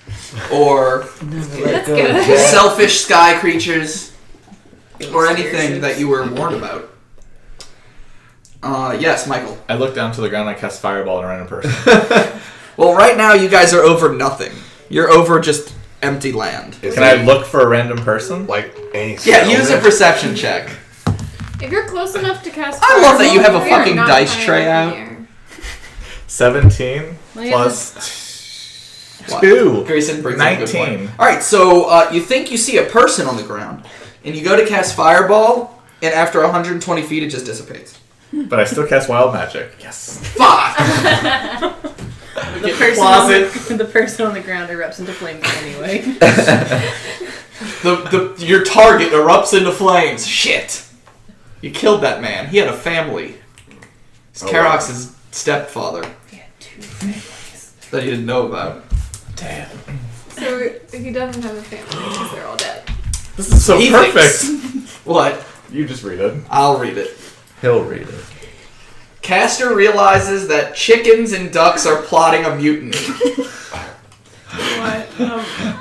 or
That's good.
selfish sky creatures, or anything that you were warned about. Uh, yes, Michael.
I looked down to the ground. I cast fireball at a random person.
Well, right now you guys are over nothing. You're over just empty land.
Can I look for a random person?
Like any
Yeah, use a perception check.
If you're close enough to cast,
I love that you have a
fireball, we are
fucking
not
dice
hiding
tray out.
here.
Seventeen
Look at
plus
What?
two.
Grayson brings up a good point.
19.
All right, so uh, you think you see a person on the ground, and you go to cast Fireball, and after 120 feet, it just dissipates.
But I still cast wild magic. Yes.
Fuck!
The person, on the, the person on the ground erupts into flames anyway.
the, the your target erupts into flames. Shit! You killed that man. He had a family. It's
Oh, wow.
Karox's stepfather that he didn't know about.
Damn.
So he doesn't have a family because they're all dead.
This is so
He
perfect.
What?
You just read it.
I'll read it.
He'll read it.
Castor realizes that chickens and ducks are plotting a mutiny.
what? Um,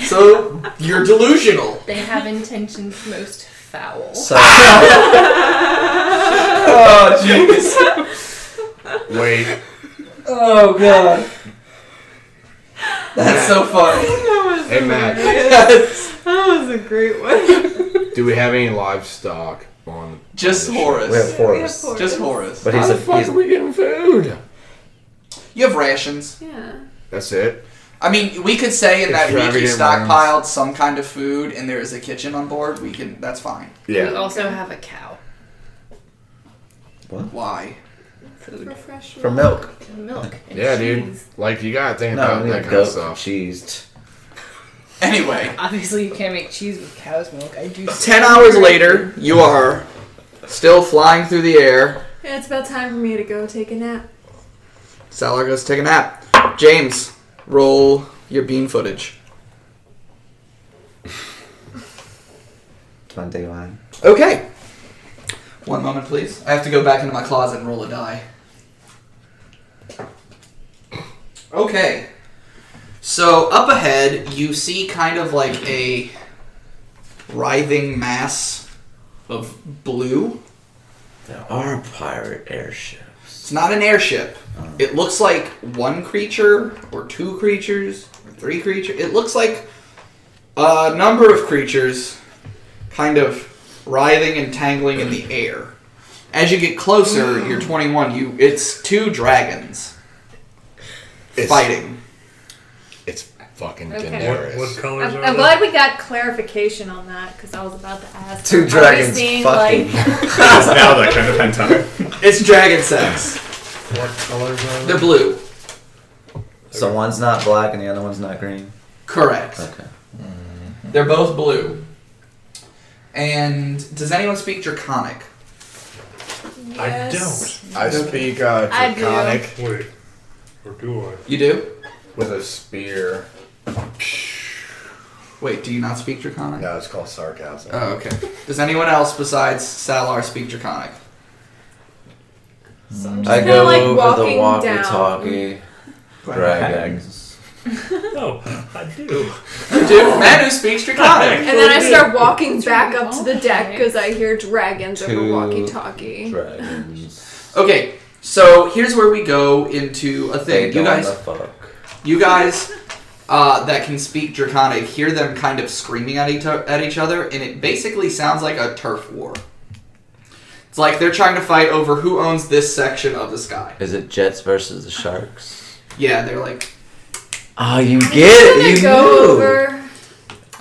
So you're delusional.
they have intentions most foul.
So,
Oh jeez.
Wait.
Oh god. That's so funny.
Hey Matt,
Yes.
That was a great one.
do we have any livestock on?
Just
we have
Horus.
Horus.
Horus.
Just Horus.
But he's a. He's,
we getting food?
You have rations.
Yeah.
That's it.
I mean, we could say in that week you
Extravagant
stockpiled some kind of food and there is a kitchen on board. We can. That's fine.
We
Yeah.
also have a cow.
Why?
Food.
For fresh
for milk.
Milk. And
Yeah, dude.
cheese.
Like you gotta think
No,
about
we
that
have
kind of
goat
stuff.
cheese.
Anyway,
Obviously, you can't make cheese with cow's milk. I do.
ten hours later, you are still flying through the air.
Yeah, it's about time for me to go take a nap.
Salar goes to take a nap. James, roll your bean footage.
Twenty-one.
Okay. One moment, please. I have to go back into my closet and roll a die. Okay. So up ahead, you see kind of like a writhing mass of blue.
There are pirate airships.
It's not an airship. It looks like one creature, or two creatures, or three creatures. It looks like a number of creatures kind of writhing and tangling in the air. As you get closer, you're 21, you it's two dragons
It's-
fighting.
It's fucking
Okay.
dangerous.
What colors
I'm,
are
I'm
they?
glad we got clarification on that because I was about to ask.
Two
Are we
dragons
seeing,
fucking.
Like,
It's now that kind of pentime.
It's dragon sex.
What colors are
They're
they?
blue.
So one's not black and the other one's not green.
Correct.
Okay.
They're both blue. And does anyone speak Draconic?
I
yes.
don't. I speak uh,
I do.
draconic
Wait. Or do I?
You do?
with a spear.
Wait, do you not speak Draconic?
No, it's called sarcasm.
Oh, okay. Does anyone else besides Salar speak Draconic?
I
kinda
go
like
over the
walking down.
walkie-talkie. Dragons.
No, I do.
Dude, Manu speaks Draconic.
And then I
Blue.
start walking back up to the
Oh,
deck
okay.
because I hear dragons over
Two
walkie-talkie.
Dragons.
Okay, so here's where we go into a
They
thing. You
don't
guys,
the fuck.
you guys uh, that can speak Draconic hear them kind of screaming at each, at each other, and it basically sounds like a turf war. It's like they're trying to fight over who owns this section of the sky.
Is it Jets versus the Sharks?
Yeah, they're like,
Oh, you get
I'm gonna
it. You
go
knew.
over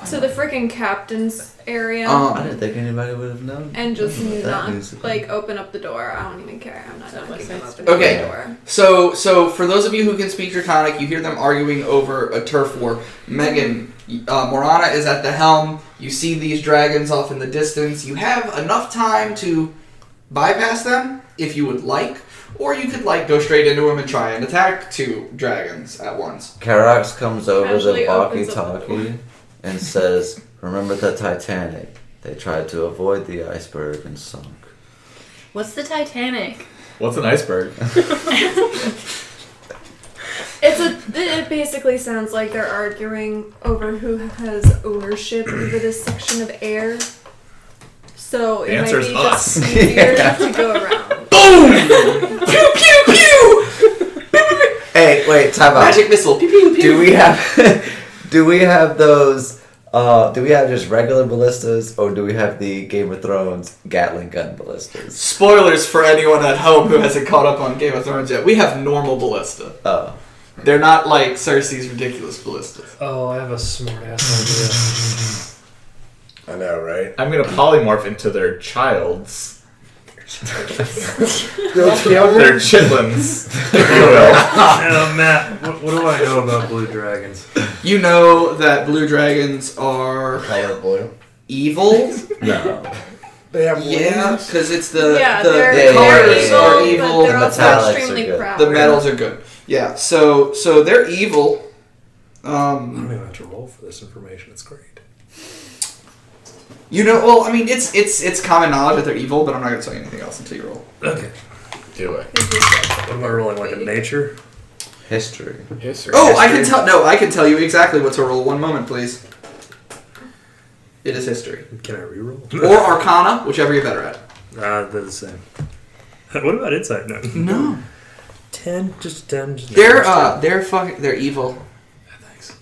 to the freaking captain's area
um,
I didn't think anybody would have known.
and just
Oh. That
not
music.
like open up the door. I don't even care. I'm not
That
gonna
was
keep them
nice.
opening
Okay.
the door.
So, so for those of you who can speak Draconic, you hear them arguing over a turf war. Megan, uh, Morana is at the helm. You see these dragons off in the distance. You have enough time to bypass them if you would like, or you could like go straight into them and try and attack two dragons at once.
Karax comes over the
Actually opens up the
walkie-talkie and says, "Remember the Titanic? They tried to avoid the iceberg and sunk."
What's the Titanic?
What's an iceberg?
It's a. It basically sounds like they're arguing over who has ownership over this section of air. So
The
it might
answer is
be
us.
just easier to go around.
Pew pew pew!
Hey, wait, time out.
Magic missile. Pew pew pew.
Do we have? do we have those? Uh, do we have just regular ballistas, or do we have the Game of Thrones Gatling gun ballistas?
Spoilers for anyone at home who hasn't caught up on Game of Thrones yet. We have normal ballista.
Oh,
They're not like Cersei's ridiculous ballistas.
Oh, I have a smart ass
I know, right?
I'm gonna polymorph into their child's. Their chitlins. if you will.
Uh, Matt, what, what do I know about blue dragons?
You know that blue dragons are
color blue.
evil.
No,
They have
yeah,
wings.
because it's the
yeah,
the,
they're,
the
they're
colors
evil,
are
but they're
evil.
the
also
metallics
extremely
are good.
proud.
The metals are good. Yeah, so so they're evil.
I don't
Um,
even have to roll for this information. It's great.
you know, well, I mean, it's it's it's common knowledge that they're evil, but I'm not gonna tell you anything else until you roll.
Okay.
Do it.
What am I rolling? Like a nature?
history.
History.
Oh, I can tell. No, I can tell you exactly what to roll. One moment, please. It is history
Can I reroll?
or Arcana, whichever you're better at.
Ah, they're the same. What about insight? No.
No,
Ten, just ten. Just
they're uh they're fucking they're evil.
Thanks.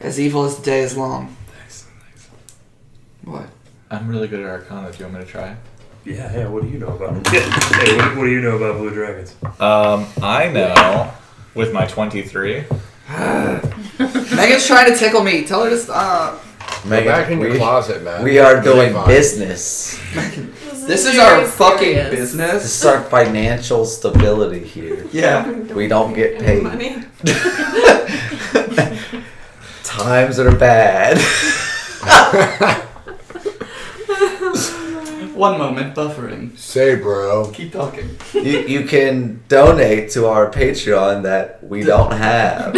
As evil as the day is long.
Thanks. Thanks.
What?
I'm really good at Arcana. Do you want me to try?
Yeah. Hey, what do you know about? hey, what, what do you know about blue dragons?
Um, I know with my 23.
Megan's trying to tickle me. Tell her to uh.
Go
Megan,
back in your
we,
closet, man.
we are
You'll be
doing
fine.
business.
This is
very
our fucking
serious.
This
business.
is our financial stability here.
Yeah.
We don't get paid.
Money.
Times are bad.
One moment, buffering.
Say, bro.
Keep talking.
you, you can donate to our Patreon that we don't have.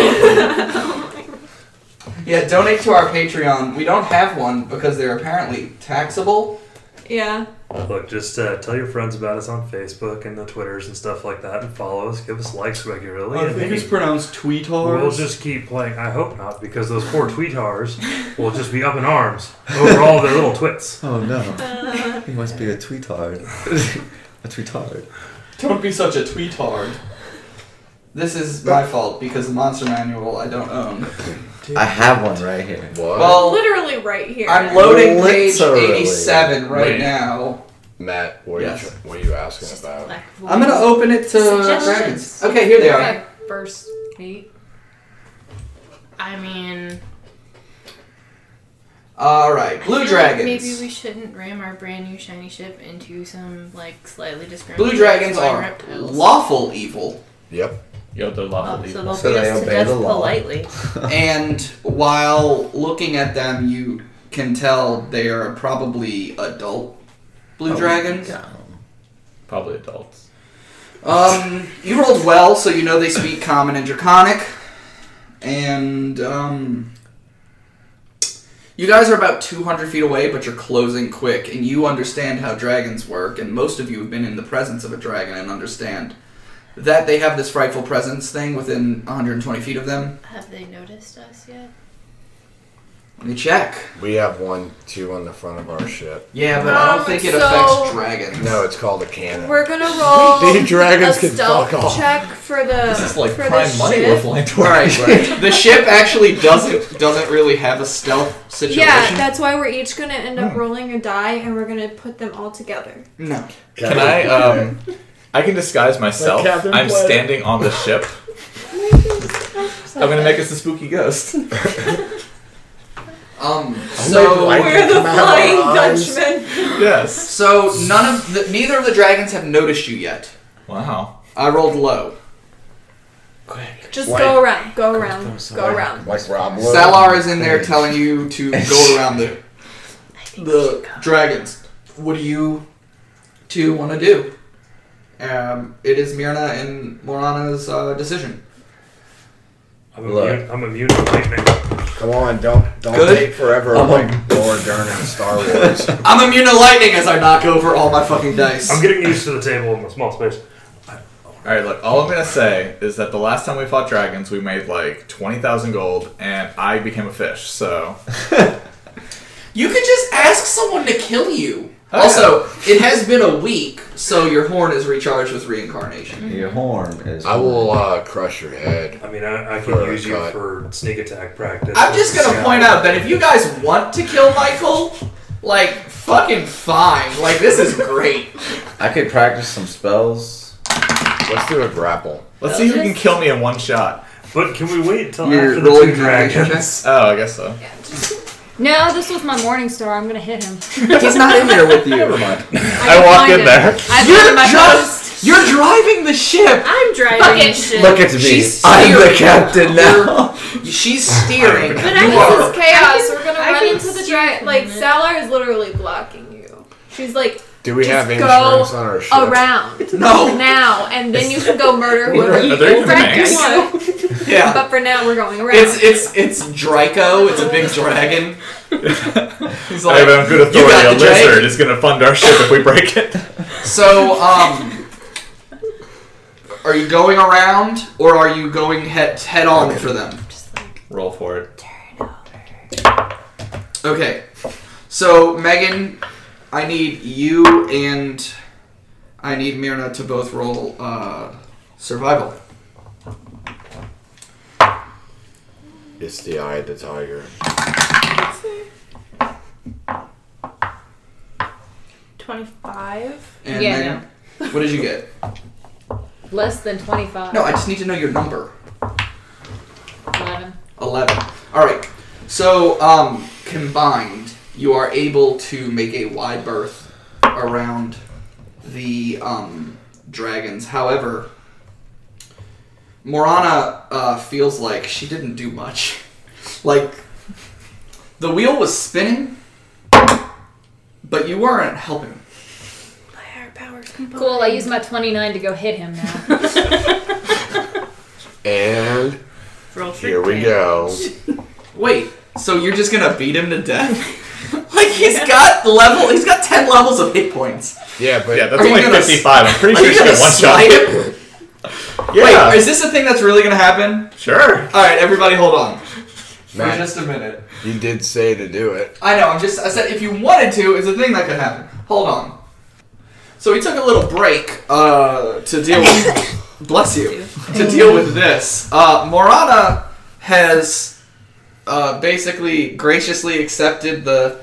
Yeah, donate to our Patreon. We don't have one because they're apparently taxable.
Yeah.
Look, just uh, tell your friends about us on Facebook and the Twitters and stuff like that, and follow us. Give us likes regularly. and maybe
pronounced tweetars.
We'll just keep playing. I hope not, because those poor tweetars will just be up in arms over all their little twits.
Oh no. He must be a tweetard. a tweetard.
Don't be such a tweetard. This is my fault because the monster manual I don't own.
I have one right here.
What?
Well,
Literally right here.
I'm loading page
Literally.
87 right
Wait.
now.
Matt, what,
Yes.
are you, tr- what are you
It's
asking
just
about?
black
I'm gonna
voice.
open it to
Suggestions.
dragons. Okay, here they are.
Okay, First meet. I mean,
Alright,
I
blue
feel like Maybe we
dragons.
shouldn't ram our brand new shiny ship into some like slightly discriminating.
Blue dragons
flying
are
reptiles.
lawful evil.
Yep.
Yo, they're
Oh,
lawful
so
evil.
they'll
So
beat
they
us to
obey
death
the law.
politely.
Uh-huh.
and while looking at them, you can tell they are probably adult blue
Oh,
dragons.
Probably adults.
Um, you rolled well, so you know they speak common and draconic, and um, you guys are about 200 feet away, but you're closing quick, and you understand how dragons work, and most of you have been in the presence of a dragon and understand that they have this frightful presence thing within 120 feet of them.
Have they noticed us yet?
Let me check.
We have one, two on the front of our ship.
Yeah, but I
Um,
don't think it
so-
affects dragons.
No, it's called a cannon.
We're gonna roll
These dragons
a
can
stealth
fuck off.
check for the
This is like
for
prime
the
money
ship.
with land
All right, the ship actually doesn't doesn't really have a stealth situation.
Yeah, that's why we're each gonna end up rolling a die, and we're gonna put them all together.
no.
Can I? Um, I can disguise myself.
Captain
I'm
Planet.
standing on the ship. I'm gonna make us a spooky ghost.
Um. So
I
We're the
come out of
flying
our eyes.
Dutchman.
yes.
so none of the, neither of the dragons have noticed you yet.
Wow.
I rolled low.
Just
Why-
go around, go around, go around.
Like Rob Lowe.
Salar is in there telling you to go around the the dragons. What do you two want to do? Um, it is Mirna and Morana's uh, decision.
I'm
Look.
immune, I'm immune to lightning.
Come on, don't don't
Good.
take forever like Laura Dern in Star Wars.
I'm immune to lightning as I knock over all my fucking dice.
I'm getting used to the table in the small space.
All right. Look, all I'm gonna say is that the last time we fought dragons, we made like twenty thousand gold, and I became a fish. So
You could just ask someone to kill you.
Oh,
also, it has been a week, so your horn is recharged with reincarnation.
Your horn is.
I will uh, crush your head.
I mean, I, I can
For a
use you
cut.
for sneak attack practice.
I'm just gonna
Yeah.
point out that if you guys want to kill Michael, like fucking fine. Like this is great.
I could practice some spells.
Let's do a grapple.
let's see who can kill me in one shot.
But can we wait until
You're
after the two
rolling
dragons?
dragons.
Oh, I guess so.
No, this was my morning star. I'm gonna hit him.
He's not in there with you.
I walked in there.
I
You're
found my
just
post.
you're driving the ship.
I'm
Fuck
driving
it.
shit.
Look at me.
She's
I'm the
steering.
captain now.
You're- She's steering.
But
You
I
are-
This
can
is chaos.
I can-
We're gonna
I
run
can
into the
see
dragon.
from
Like
it.
Salar is literally blocking you. She's like,
Do we
Just
have
go
insurance on our ship?
around
No.
now, and then you can go murder whoever
Are there even
you
eggs?
want.
yeah.
But for now, we're going around.
It's it's it's Draco. It's a big dragon. He's
I
like,
have on good
"You got
authority. A
the dragon."
lizard is gonna fund our ship if we break it.
So, um, are you going around or are you going head head on for them?
Roll for it.
Okay. So, Megan, I need you and I need Mirna to both roll uh, survival.
It's the eye of the tiger.
Twenty-five.
And
Yeah,
Megan, what did you get?
Less than 25.
No, I just need to know your number.
11.
11. All right. So, um, combined, you are able to make a wide berth around the um, dragons. However, Morana uh, feels like she didn't do much. Like, the wheel was spinning, but you weren't helping.
Cool, I used my 29 to go hit him now.
And
Roll
here we go.
Wait, so you're just gonna beat him to death? like, he's got level, he's got 10 levels of hit points.
Yeah, but
Yeah, that's
Are you
only
gonna-
55. I'm pretty
Are
sure
you
she's
gonna
gonna one shot.
slide him?
Yeah,
Wait, is this a thing that's really gonna happen?
sure.
All right, everybody, hold on for
Matt,
just a minute.
you did say to do it.
I know. I'm just. I said if you wanted to, it's a thing that could happen. Hold on. So we took a little break uh, to deal. with... bless you. To deal with this, uh, Morana has uh, basically graciously accepted the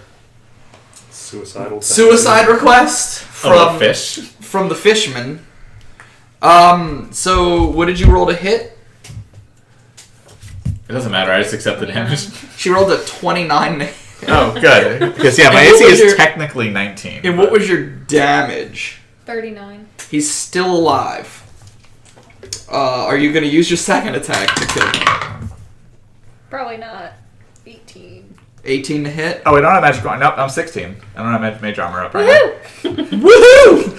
Suicidal.
suicide request
From oh, a
from
fish.
from the fishman. Um. So what did you roll to hit?
It doesn't matter. I just accept the damage.
She rolled a twenty-nine.
oh, good. Because yeah, my
And what
AC
was
is
your-
technically 19.
And what was your damage?
Thirty-nine.
He's still alive. Uh, are you going to use your second attack to kill him?
Probably not. 18.
18 to hit.
Oh, I don't have magic armor. Nope, I'm 16. I don't have mag- mage armor up right now.
Woohoo!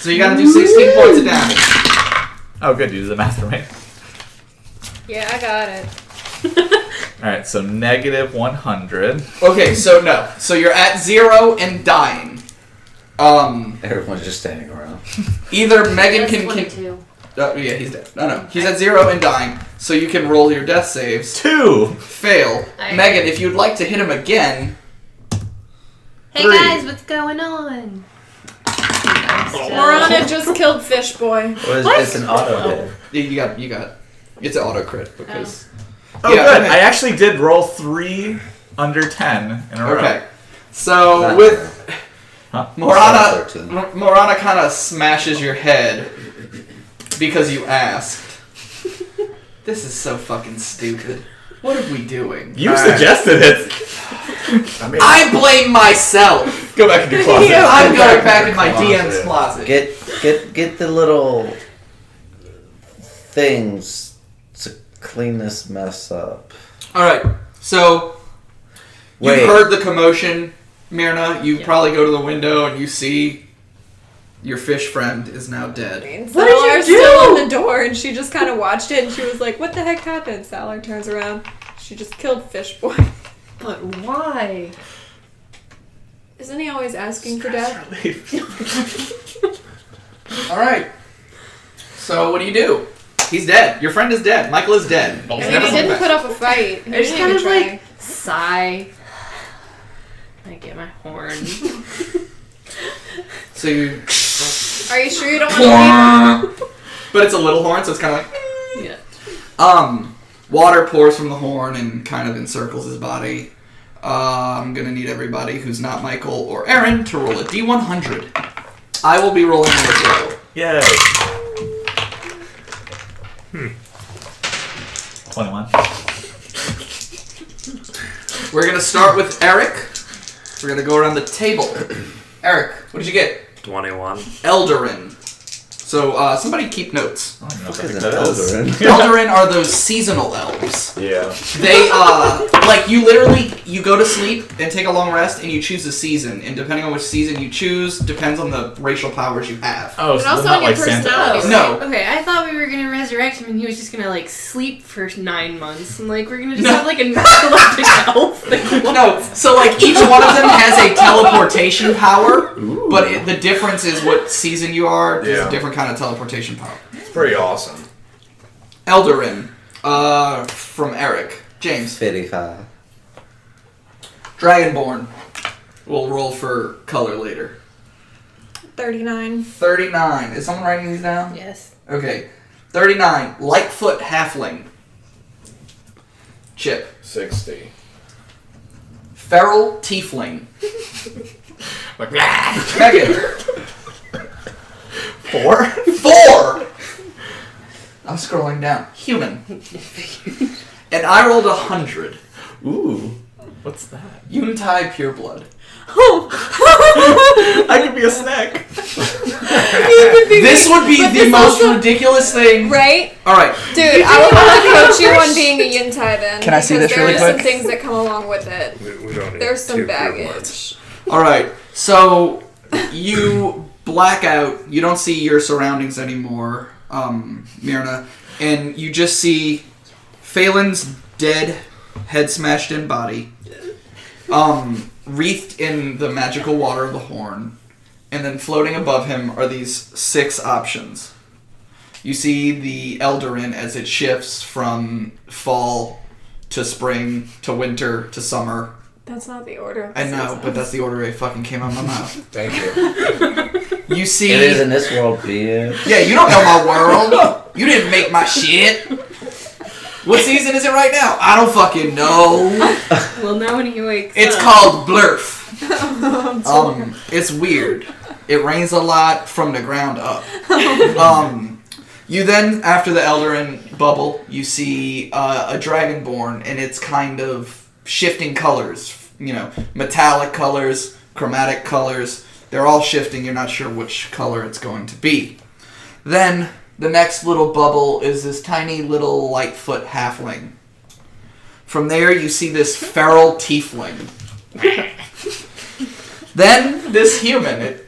so you got to do 16 points of damage.
Oh, good. You did the math for me.
Yeah, I got it.
All right, so negative 100.
Okay, so no. So you're at zero and dying. Um,
Everyone's just standing around.
either Megan
That's
can. can
22.
uh, yeah, he's dead. No, no. He's at zero and dying. So you can roll your death saves.
Two.
Fail.
I Alright.
Megan, if you'd like to hit him again,
Hey
Three.
guys, what's going on?
Oh.
Morana just killed Fish Boy.
Well, it's, it's an auto hit.
you- you got you got it's an auto crit because
Oh,
Yeah.
good. I actually did roll three under ten in a row.
okay. So
Not
with
Huh?
Sorry,
Morana,
thirteen.
M- Morana kind of smashes your head because you asked. this is so fucking stupid. What are we doing?
You suggested it.
I mean,
I blame myself.
Go back into closet.
I'm going back in my
Closet.
DM's closet.
Get get get the little things to clean this mess up.
All right. So
Wait.
you've heard the commotion, Myrna. You
Yeah.
probably go to the window and you see your fish friend is now dead.
What did you do? Still in the door, and she just kind of watched it, and she was like, "What the heck happened?" Salar turns around. She just killed Fish Boy.
But why?
Isn't he always asking for death?
All right. So what do you do? He's dead. Your friend is dead. Michael is dead.
I mean, he didn't put up a fight. He
It's
didn't
kind
even
of
try.
like sigh. I get my horn.
So you,
Are you sure you don't want
but it's a little horn, so it's kind of like
yeah.
um. Water pours from the horn and kind of encircles his body. Uh, I'm gonna need everybody who's not Michael or Aaron to roll a D100. I will be rolling this roll.
Yay. Twenty-one.
We're gonna start with Eric. We're gonna go around the table. Eric, what did you get?
21.
Eldarin. So uh, somebody keep notes.
I don't even know
Fuck
if
is
I
an
think that is.
elder?
Eldarin are those seasonal elves.
yeah.
They uh, like you literally you go to sleep and take a long rest and you choose a season and depending on which season you choose depends on the racial powers you have.
Oh,
But
so they're
also
not
on your
like Santa.
personality.
Claus.
No.
Okay, I thought we were gonna resurrect him and he was just gonna like sleep for nine months and like we're gonna just
No.
have like a narcoleptic elf. Like, what?
No, so like each one of them has a teleportation power, but it, the difference is what season you are. There's
Yeah.
a different kind of teleportation power.
It's pretty awesome.
Eldarin, uh, from Eric, James.
Fifty-five.
Dragonborn. We'll roll for color later.
to be thirty-nine?
39. Is someone writing these down?
Yes.
Okay. 39. Lightfoot Halfling. Chip.
Sixty.
Feral Tiefling.
Like, "Rah!"
Megan.
Four.
Four! I'm scrolling down. Human. and I rolled a 100.
Ooh. What's that?
Yuntai Pureblood.
I could be a snack.
This would be
But
the
this
most
also-
ridiculous thing.
Right,
Alright.
dude. I would want to coach you on being a yin tai then.
Can I see
because
this
there
really
are
quick?
some things that come along with it.
We, we don't need
There's some
two pure
baggage.
bloods.
All right. So you black out. You don't see your surroundings anymore, um, Myrna, and you just see Phelan's dead, head smashed in body, um, wreathed in the magical water of the horn, and then floating above him are these six options. You see the Eldarin as it shifts from fall to spring to winter to summer
That's not the order. of
I
the
know,
seasons.
but that's the order it fucking came out of my mouth.
Thank you.
You see,
It is in this world, bitch.
yeah, you don't know my world. You didn't make my shit. What season is it right now? I don't fucking know.
Well, now when he wakes
It's
up,
called Blurf. Um, it's weird. It rains a lot from the ground up. Um, you then, after the Eldarin bubble, you see uh, a Dragonborn, and it's kind of shifting colors. You know, metallic colors, chromatic colors. They're all shifting. You're not sure which color it's going to be. Then the next little bubble is this tiny little Lightfoot halfling. From there, you see this feral tiefling. then this human. It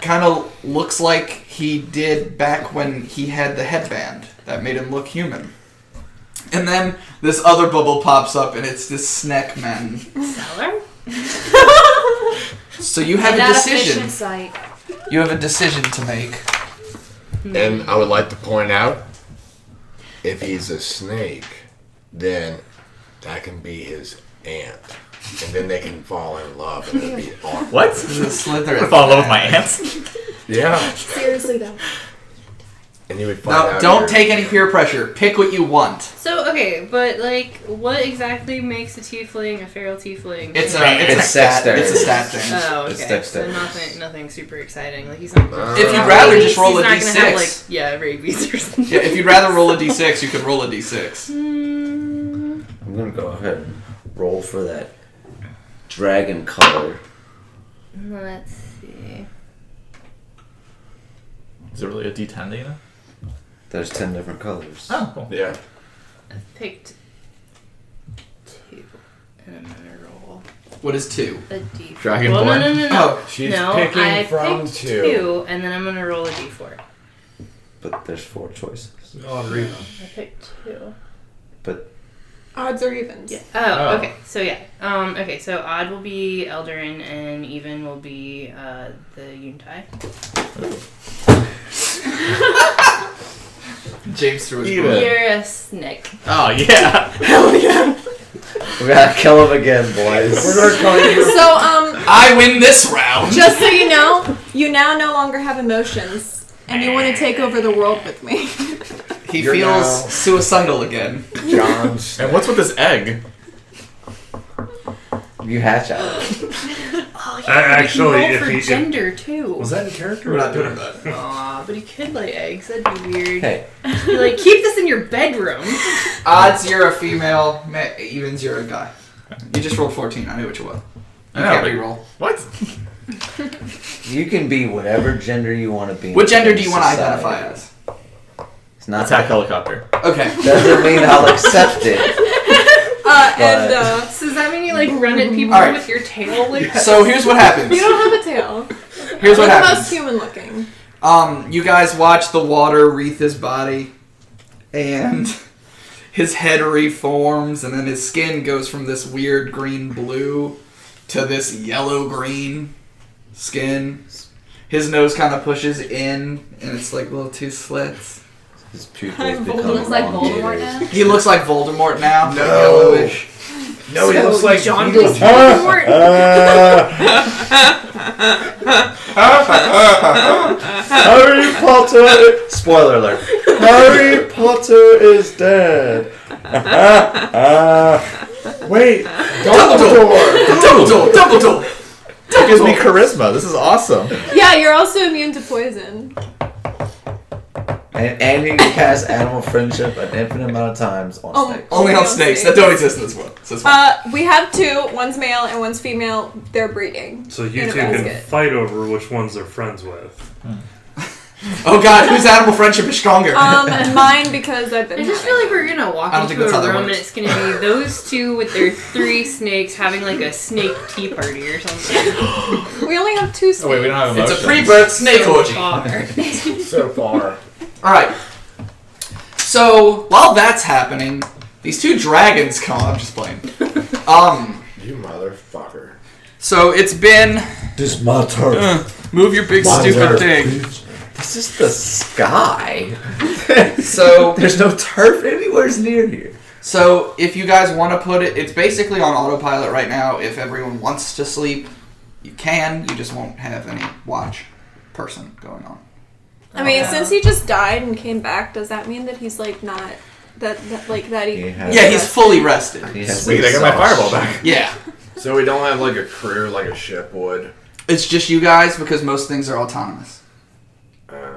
kind of looks like he did back when he had the headband that made him look human. And then this other bubble pops up, and it's this snack man.
Cellar?
So you have a
Not
decision.
fishing site.
You have a decision to make.
And I would like to point out, if he's a snake, then
that can be his aunt. And then they can fall in love and it'll be awesome.
What? I fall in love with my aunts.
Yeah.
Seriously though.
And you would find
No,
out
don't
your-
take any peer pressure. Pick what you want.
So okay, but like, what exactly makes a tiefling a feral tiefling?
It's a it's, a
It's
stat.
dexterity.
It's a stat thing.
Oh, okay.
It's dexterous.
So nothing, nothing super exciting. Like he's
Uh,
not.
Ah.
If you'd
not
rather
rabies,
just roll
he's
a
not gonna have,
D6.
like, yeah, rabies or something.
Yeah, if you'd rather roll a d6, you can roll a d6.
Mm,
I'm gonna go ahead and roll for that dragon color.
let's see.
Is it really a D10 that you know?
There's ten different colors.
Oh, cool.
Yeah.
I've picked two, and I'm gonna roll
What is two?
a D.
Dragonborn?
Well, no, no, no, no.
Oh,
she's
no,
picking
I
from
picked
two.
and then I'm gonna roll a D4.
But there's four choices.
On rebound.
I picked two.
But
Odds or evens.
Yeah. Oh,
Oh.
okay. So yeah. Um, okay. So odd will be Eldarin, and even will be uh, the Yuntai.
James threw his
Eat
book.
it.
You're a snake.
Oh yeah.
we gotta kill him again, boys.
We're gonna call you
So um,
I win this round.
just so you know, you now no longer have emotions, and you want to take over the world with me.
He
You're
feels
now-
suicidal again.
John's.
And what's with this egg?
you hatch out.
Oh,
A- actually,
roll
if
for
he- if-
gender too.
Was that in character?
We're not
or-
doing that.
Aw, but he could lay eggs. That'd be weird.
Hey,
Be like, keep this in your bedroom.
Odds you're a female, ma- evens you're a guy. You just rolled 14. I knew what you were. You
I know,
can't
but-
re-roll.
What?
you can be whatever gender you want to be. in
What gender do you want to
society.
identify as?
It's not
Attack helicopter.
Okay.
Doesn't mean I'll accept it.
Uh, and
But-
uh,
So does that mean you like run at people
All right.
with your tail? Like,
So here's what
you
happens.
don't have a tail.
Here's
You're
what
the most
happens.
human looking.
Um, you guys watch the water wreath his body, and his head reforms, and then his skin goes from this weird green blue to this yellow green skin. His nose kind of pushes in, and it's like little two slits.
His pupils
I'm
become
Voldemort.
looks like
elongated.
Voldemort now.
He looks like Voldemort now,
No.
like yellowish.
No, he
So
looks like
John
Beetle-
Gleason Voldemort.
Harry Potter!
Spoiler alert.
Harry Potter is dead!
Wait,
Dumbledore! Dumbledore! Dumbledore!
That gives me charisma. This is awesome.
Yeah, you're also immune to poison.
And, and you can cast animal friendship an infinite amount of times on
Oh.
Um,
snakes.
Only on snakes. That don't exist in this world. So it's fine.
Uh, we have two. One's male and one's female. They're breeding.
So you
In a
two can
basket.
fight over which ones they're friends with.
Oh god, whose animal friendship is stronger?
Um, and mine because I've been.
I just
having-
feel like we're gonna walk
I don't
into
think that's how
a
that
room and
works.
it's gonna be those two with their three snakes having like a snake tea party or something.
we only have two. Snakes.
Oh, wait, we don't have
it's a
emotions.
pre-birth snake
So uh,
orgy.
far.
so far.
Alright. So while that's happening, these two dragons come I'm just playing. Um
You motherfucker.
so it's been
This my turn.
move your big stupid thing.
This is the sky.
So
There's no turf anywhere near here.
So if you guys want to put it, it's basically on autopilot right now. If everyone wants to sleep, you can. You just won't have any watch person going on.
Oh,
I mean, since he just died and came back, does that mean that he's like not that, that like that? He,
He has-
Yeah, he's fully rested.
He "Oh, has
Sweet, I got my
exhaust.
fireball back.
Yeah,
So we don't have like a crew like a ship would.
it's just you guys because most things are autonomous.
Uh,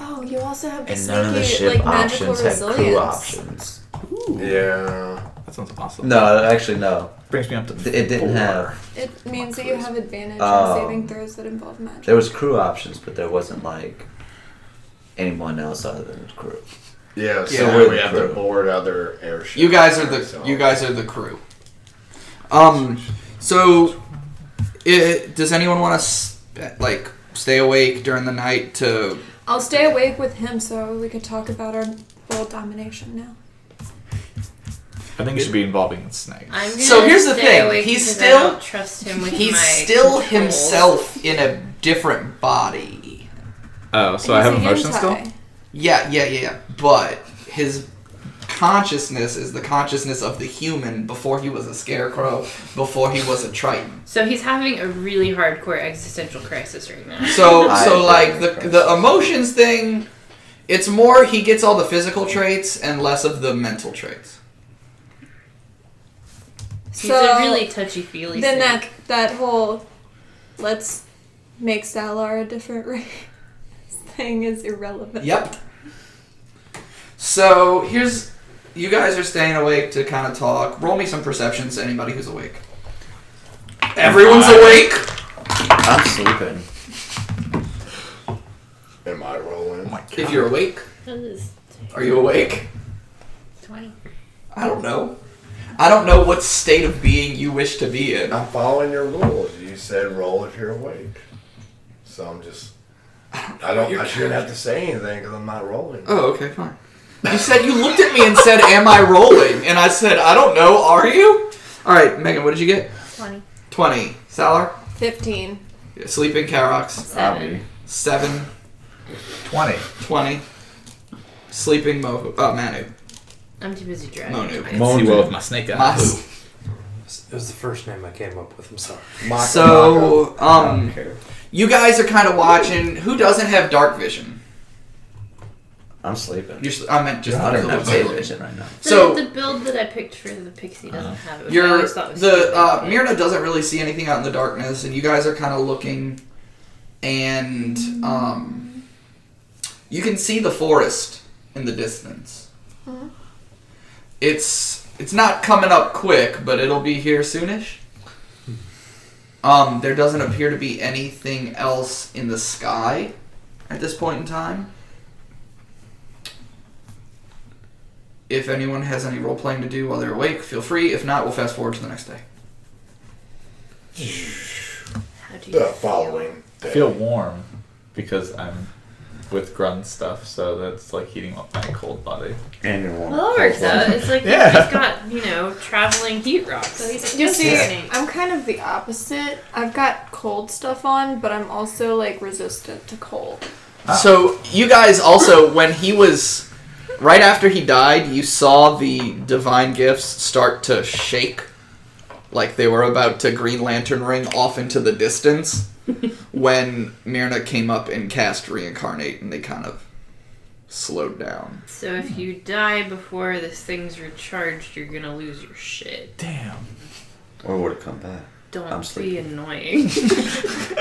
Oh, you also have
And none of the ship options have crew options.
yeah.
That sounds awesome.
No, actually, no.
Brings me up to.
Th- It didn't have.
It means that you have advantage
Oh.
on saving throws that involve magic.
There was crew options, but there wasn't like anyone else other than crew.
Yeah, so
Yeah.
then we have to
Crew.
board other airships.
You guys are the
So-
you guys are the crew. Um, so it, does anyone want to sp- like stay awake during the night to?
I'll stay awake with him so we could talk about our world domination now.
I think you should be involving snakes.
I'm gonna
So here's the
stay
thing,
awake
he's
because
still-
I don't trust him with
He's
my
still
controls.
himself in a different body.
Oh, so
He's
I have
a
emotions
hentai.
still.
Yeah, yeah, yeah. yeah. But his consciousness is the consciousness of the human before he was a scarecrow, before he was a triton.
So he's having a really hardcore existential crisis right now.
So
I
so
agree
like
with
the
Chris.
the emotions thing, it's more he gets all the physical traits and less of the mental traits.
He's
So,
a really touchy feely.
Then that that whole let's make Salar a different race thing is irrelevant.
Yep. So here's you guys are staying awake to kind of talk. Roll me some perceptions. Anybody who's awake. Everyone's awake.
I'm sleeping.
Am I rolling?
If you're awake,
That is
are you awake?
twenty.
I don't know. I don't know what state of being you wish to be in.
I'm following your rules. You said roll if you're awake. So I'm just. I don't. I shouldn't have to say anything because I'm not rolling.
Oh, okay, fine. You said you looked at me and said, "Am I rolling?" And I said, "I don't know. Are you?" All right, Megan. What did you get?
Twenty.
Twenty. Salar.
Fifteen.
Sleeping Carox.
Seven.
Seven.
20.
20. Sleeping Mo. Uh, Manu.
I'm too busy driving.
Manu.
I can see well Oh, with my snake eyes.
Mas.
It was the first name I came up with. I'm sorry.
Maka,
So,
maka. I don't
um,
care.
You guys are kind of watching. Who doesn't have dark vision?
I'm sleeping.
You're, s- I meant just
I don't
the
have
little
tail
bit.
vision right now.
The,
So- Uh-huh.
the build that I picked for the pixie doesn't have it. which I
You're
always thought was
the
stupid.
uh, Myrna doesn't really see anything out in the darkness, and you guys are kind of looking, and um, you can see the forest in the distance. It's it's not coming up quick, but it'll be here soonish. Um, there doesn't appear to be anything else in the sky at this point in time. If anyone has any role playing to do while they're awake, feel free. If not, we'll fast forward to the next day.
How do
The
you feel?
following
I
day.
feel warm because I'm with grunt stuff, so that's like heating up my cold body.
And you're warm.
Well, that works out. It's like
Yeah.
he's got you know traveling heat rocks. So he's
You see,
anticipating.
I'm kind of the opposite. I've got cold stuff on, but I'm also like resistant to cold.
So you guys also, when he was right after he died, you saw the divine gifts start to shake, like they were about to Green Lantern ring off into the distance. when Myrna came up and cast reincarnate, and they kind of slowed down.
So if you die before this thing's recharged, you're gonna lose your shit.
Damn.
Or would it come back?
Don't
I'm
be
sleepy.
annoying.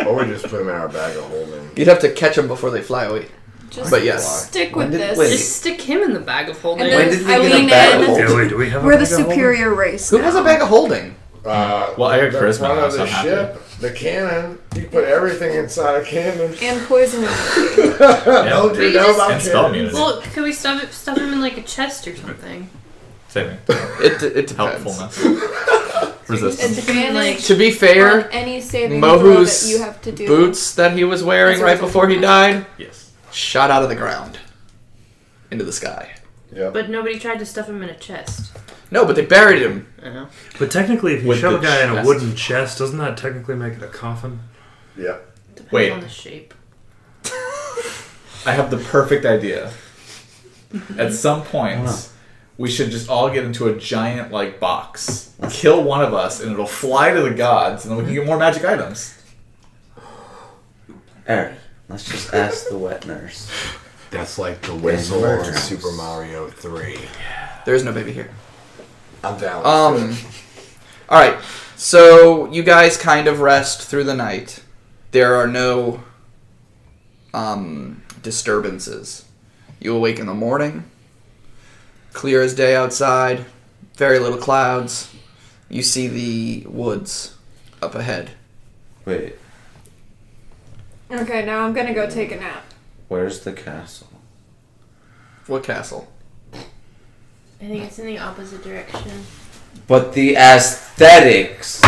Or we just put him in our bag of holding.
You'd have to catch them before they fly away.
Just
But yes.
stick
When
with
did-
this.
wait.
Just stick him in the bag of holding.
And then
When did we
I
get a
lean
bag of
in.
holding?
Dilly, do we have? a
We're the
bag of holding?
superior race.
Who has a
now.
bag of holding?
Uh,
Well, I got
the
charisma,
front of
so
the
I'm happy.
ship, the cannon. You put everything inside a cannon.
And poison.
Don't you know
We just-
about
And spell
cannons?
immunity.
Well, could we stuff it, stuff him in like a chest or something?
Saving.
It, it depends.
Helpfulness. Resistance.
Advantage
To be fair,
on any saving throw
Mohu's
that you have to do.
boots that he was wearing
That's what
right
I was
before he
looking
died
Yes.
shot out of the ground into the sky.
Yep.
But nobody tried to stuff him in a chest.
No, but they buried him.
I know.
But technically, if you
With
shove
the
a guy in a
chest.
wooden chest, doesn't that technically make it a coffin?
Yep.
Depends
Wait.
on the shape.
I have the perfect idea. At some point, we should just all get into a giant like box, kill one of us, and it'll fly to the gods, and then we can get more magic items.
Eric, let's just ask the wet nurse.
That's like the whistle on
murder.
Super Mario 3.
There is no baby here.
I'm down. with
Um.
it.
All right. So you guys kind of rest through the night. There are no um, disturbances. You awake in the morning. Clear as day outside. Very little clouds. You see the woods up ahead.
Wait,
Okay, now I'm gonna go take a nap.
where's the castle?
What castle?
I think it's in the opposite direction.
But the aesthetics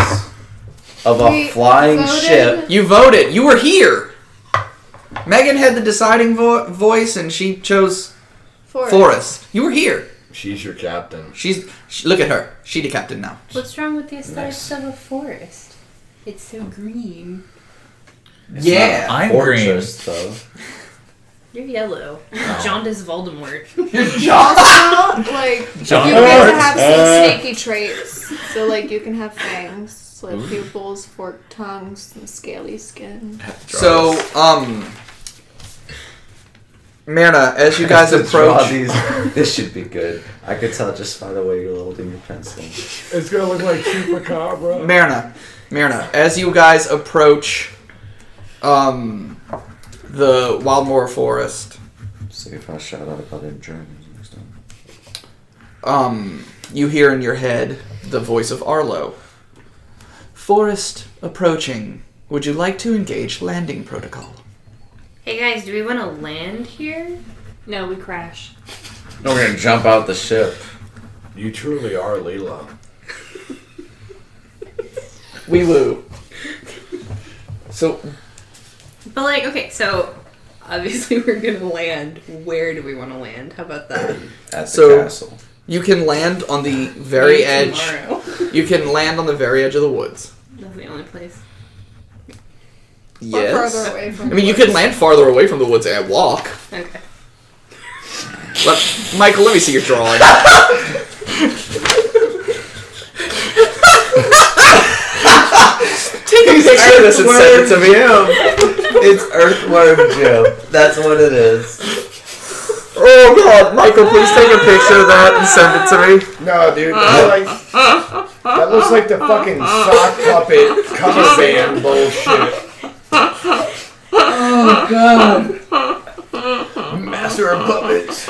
of a
We
flying
voted-
ship.
You voted. You were here. Megan had the deciding vo- voice, and she chose
Forest.
Forest. You were here.
She's your captain.
She's. She, look at her. She the captain now.
What's wrong with the aesthetics of a forest? It's so green.
It's
Yeah.
not a
um,
I'm
fortress, though.
You're yellow.
Oh.
You're jaundice Voldemort.
Also, like
John
you get
Hurt.
to have some
Uh.
snaky traits. So like you can have fangs, slit pupils, forked tongues, and scaly skin.
So, um, Myrna, as you guys
Draw
approach,
these. this should be good. I could tell just by the way you're holding your pencil.
It's gonna look like chupacabra.
Myrna, Myrna, as you guys approach, um, the Wildmore Forest,
See if I shout out about them Germans next time.
um, you hear in your head the voice of Arlo. Forest approaching. Would you like to engage landing protocol?
Hey guys, do we want to land here? No, we crash.
No, we're gonna jump out the ship.
You truly are Leela.
Wee woo. So
But like, okay, so obviously we're gonna land. Where do we want to land? How about that?
At
So-
the castle.
you can land on the very
Maybe
edge.
tomorrow.
You can land on the very edge of the woods.
That's the only place.
Or
Yes.
further away from
I mean, you can land farther away from the woods and walk.
Okay.
Let, Michael, let me see your drawing. Take a picture of this and send it to me.
It's Earthworm Jim. That's what it is.
Oh god, Michael, please take a picture of that and send it to me.
No, dude. That, like, that looks like the fucking sock puppet cover band bullshit.
Master of puppets.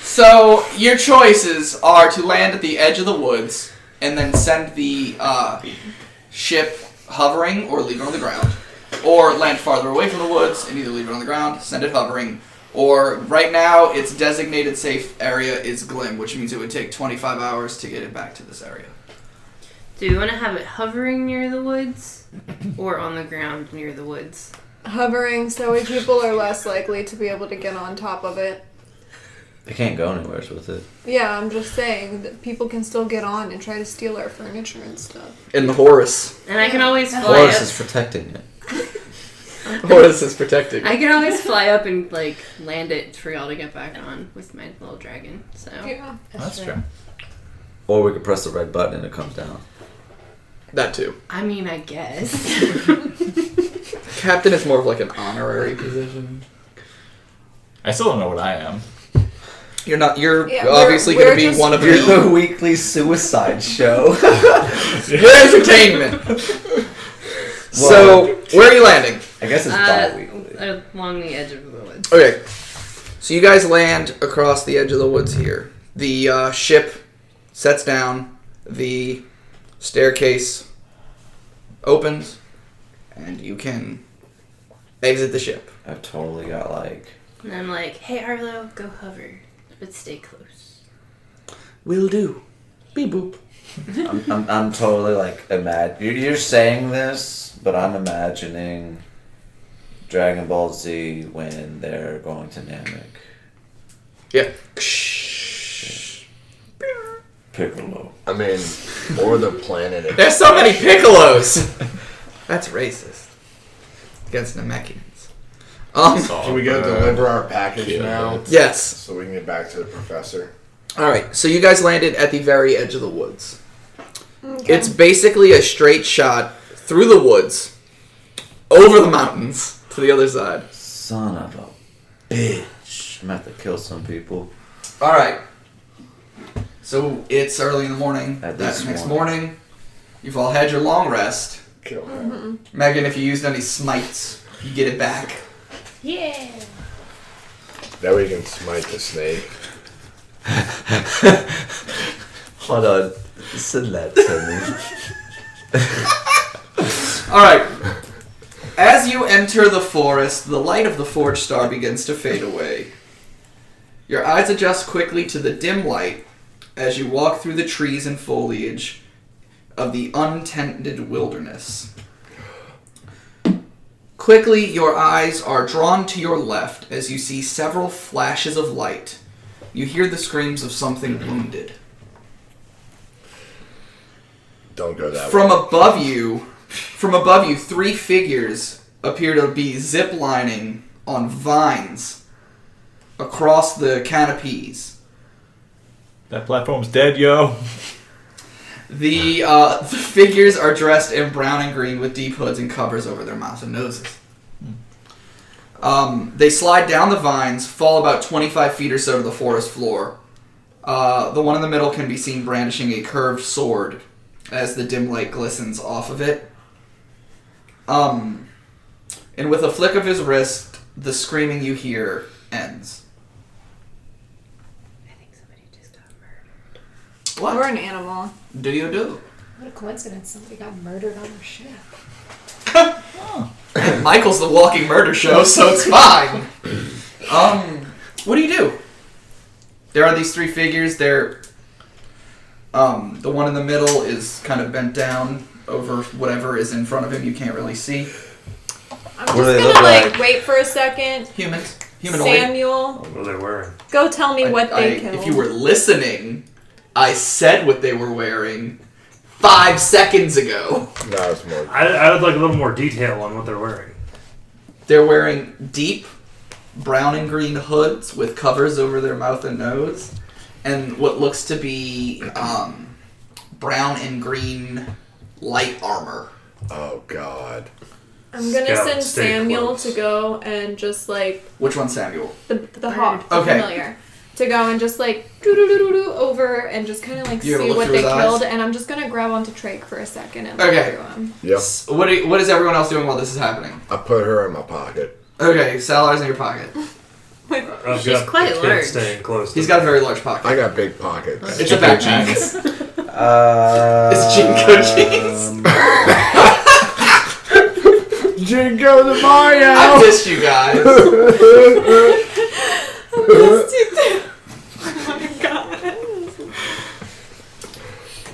So your choices are to land at the edge of the woods and then send the uh, ship hovering or leave it on the ground, or land farther away from the woods and either leave it on the ground, send it hovering, or right now its designated safe area is Glim, which means it would take 25 hours to get it back to this area.
Do we want to have it hovering near the woods, or on the ground near the woods?
Hovering, so we people are less likely to be able to get on top of it.
They can't go anywhere with it.
Yeah, I'm just saying that people can still get on and try to steal our furniture and stuff.
In the Horus,
And I can always fly
Horus
up.
is protecting it.
Horus is protecting.
I can always fly up and like land it for y'all to get back on with my little dragon. So
Yeah.
That's true.
Or we could press the red button and it comes down.
That too.
I mean, I guess.
Captain is more of like an honorary position.
I still don't know what I am.
You're not. You're
Yeah, we're-
obviously
we're
going to be
just-
one of
You're
the.
the weekly suicide show.
Where's entertainment? so where are you landing?
I guess it's
Uh,
bi-weekly.
along the edge of the woods.
Okay. So you guys land across the edge of the woods here. The uh, ship sets down. The staircase opens, and you can exit the ship.
I've totally got like
And I'm like, hey Arlo, go hover, but stay close.
Will do. Beep boop.
I'm, I'm, I'm totally like imagine you're, you're saying this, but I'm imagining Dragon Ball Z when they're going to Namek.
Yeah.
Piccolo.
I mean, or the planet. of-
There's so many piccolos. That's racist. Against Namekians. Um.
Can we go deliver our package now?
Yes.
So we can get back to the professor.
All right, so you guys landed at the very edge of the woods. It's basically a straight shot through the woods, over the mountains to the other side.
Son of a bitch. I'm gonna have to kill some people.
All right. So it's early in the morning.
At
That's
this
next morning.
morning.
You've all had your long rest.
Kill her.
Megan, if you used any smites, you get it back.
Yeah.
Now we can smite the snake.
Hold on. Send that to me.
All right. As you enter the forest, the light of the forge star begins to fade away. Your eyes adjust quickly to the dim light as you walk through the trees and foliage of the untented wilderness. Quickly, your eyes are drawn to your left as you see several flashes of light. You hear the screams of something wounded.
Don't go that way.
From above you, from above you, three figures appear to be zip lining on vines across the canopies.
That platform's dead, yo.
The uh, the figures are dressed in brown and green with deep hoods and covers over their mouths and noses. Um, they slide down the vines, fall about 25 feet or so to the forest floor. Uh, the one in the middle can be seen brandishing a curved sword as the dim light glistens off of it. Um, and with a flick of his wrist, the screaming you hear ends.
I think somebody just got murdered.
We're an animal.
do you do?
What a coincidence! Somebody got murdered on our ship.
Michael's the walking murder show, so it's fine. Um, what do you do? There are these three figures. They're um, the one in the middle is kind of bent down over whatever is in front of him. You can't really see
I'm
do they
just
look
gonna like,
like?
wait for a second.
humans. Humanoid.
Samuel,
What are they wearing?
go tell me what
I-
they
I-
killed.
If you were listening, I said what they were wearing five seconds ago.
No, it's more.
I, I would like a little more detail on what they're wearing.
They're wearing deep brown and green hoods with covers over their mouth and nose, and what looks to be um, brown and green light armor.
Oh God.
I'm gonna
Scout,
send
stay
Samuel
close.
to go and just like
Which one's Samuel?
the the hawk, the
Okay.
familiar, to go and just like doo doo doo doo doo over and just kind of like
You're gonna
see
look
what
through
they
his eyes?
killed. And I'm just gonna grab onto Trake for a second and look
Okay.
through him.
Yep.
S- What, are, what is everyone else doing while this is happening?
I put her in my pocket.
Okay, Salar's in your pocket.
I've
She's
got the
quite
kid
large.
Staying close. to
He's
them.
got a very large pocket.
I got big pockets.
It's a backpack.
Uh,
It's Jinko jeans.
Jingo the Mario!
I missed you guys.
Oh my god.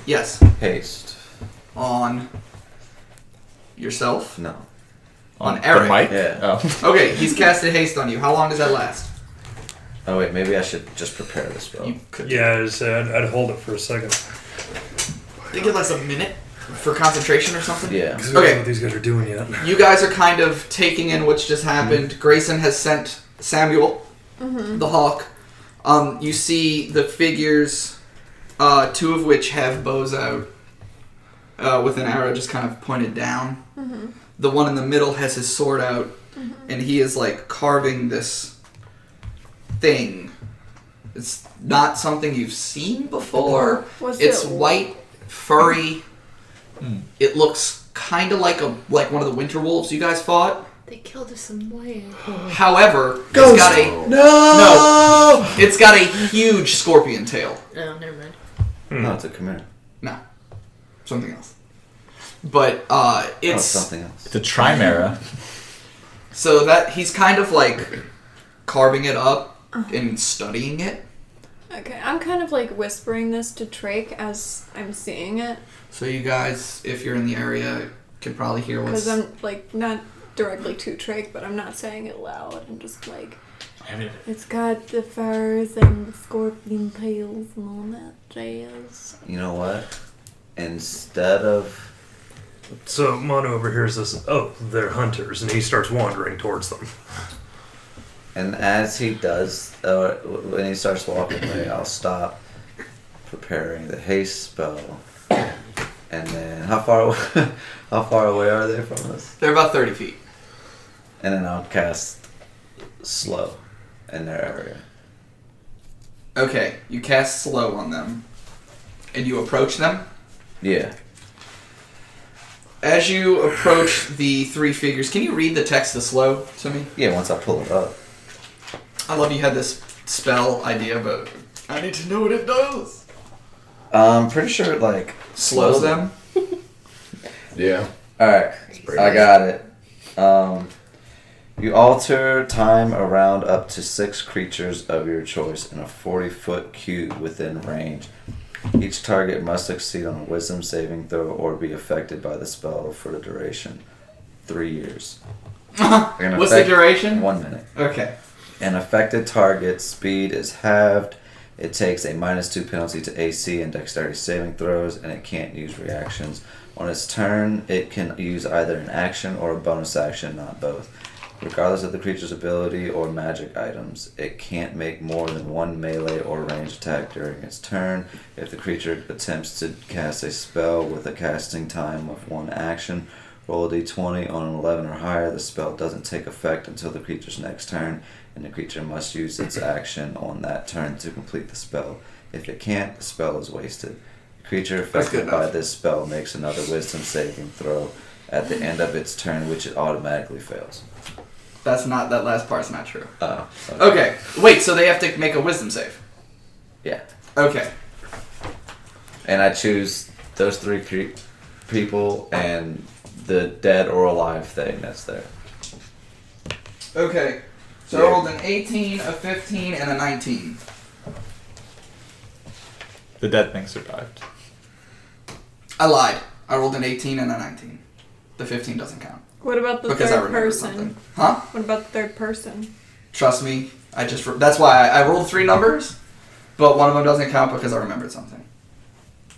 yes.
Haste.
On yourself.
No.
On Eric.
The mic?
Yeah.
Oh.
Okay, he's casted haste on you. How long does that last?
Oh wait, maybe I should just prepare the
Oh.
spell.
You could.
Yeah, I just, I'd, I'd hold it for a second.
I think it lasts a minute for concentration or something.
Yeah.
Because we don't
Okay.
know what these guys are doing yet.
You guys are kind of taking in what's just happened. Grayson has sent Samuel, the hawk. Um, you see the figures, uh, two of which have bows out, uh, with an arrow just kind of pointed down. The one in the middle has his sword out, and he is like carving this thing. It's not something you've seen before.
What's
it's
it?
white, furry.
Hmm.
It looks kind of like a like one of the winter wolves you guys fought.
They killed us some land.
However,
Ghost.
it's got a
No!
it's got a huge scorpion tail.
Oh, never mind.
No, it's a Oh, chimera.
No, something else. But uh,
Oh, it's
it's
something else.
The Trimera.
so that he's kind of like carving it up
Uh-huh.
and studying it.
Okay, I'm kind of like whispering this to Trake as I'm seeing it
So you guys, if you're in the area, can probably hear
because
what's.
I'm like not directly to Trake, but I'm not saying it loud and just like it's got the furs and the scorpion tails and all that jazz.
You know what? Instead of
So Mono overhears this. Oh, they're hunters, and he starts wandering towards them.
And as he does, uh, when he starts walking away, I'll stop preparing the haste spell. And then, how far, aw- how far away are they from us?
They're about thirty feet.
And then I'll cast slow in their area.
Okay, you cast slow on them, and you approach them.
Yeah.
As you approach the three figures, can you read the text to slow to me?
Yeah. Once I pull it up,
I love you had this spell idea, but I need to know what it does.
I'm pretty sure it, like
Slows them.
Yeah.
All right, I got it. Um, you alter time around up to six creatures of your choice in a 40 foot cube within range. Each target must succeed on a wisdom saving throw or be affected by the spell for the duration. Three years. An
What's the
effect-
duration?
One minute.
Okay.
An affected target's speed is halved It takes a minus two penalty to AC and dexterity saving throws, and it can't use reactions. On its turn, it can use either an action or a bonus action, not both. Regardless of the creature's ability or magic items, it can't make more than one melee or range attack during its turn. If the creature attempts to cast a spell with a casting time of one action, roll a d20 on an 11 or higher. The spell doesn't take effect until the creature's next turn, and the creature must use its action on that turn to complete the spell. If it can't, the spell is wasted. The creature affected by this spell makes another wisdom saving throw at the end of its turn, which it automatically fails.
That's not that last part's not true.
Oh. okay.
Okay. Wait, so they have to make a wisdom save.
Yeah.
Okay.
and I choose those three cre- people and the dead or alive thing that's there.
Okay. So I rolled an 18, a 15, and a 19.
The dead thing survived.
I lied. I rolled an 18 and a 19. The 15 doesn't count.
What about the
Because I
third
remembered
person?
something. Huh?
What about the third person?
Trust me. I just that's why I, I rolled three numbers, but one of them doesn't count because I remembered something.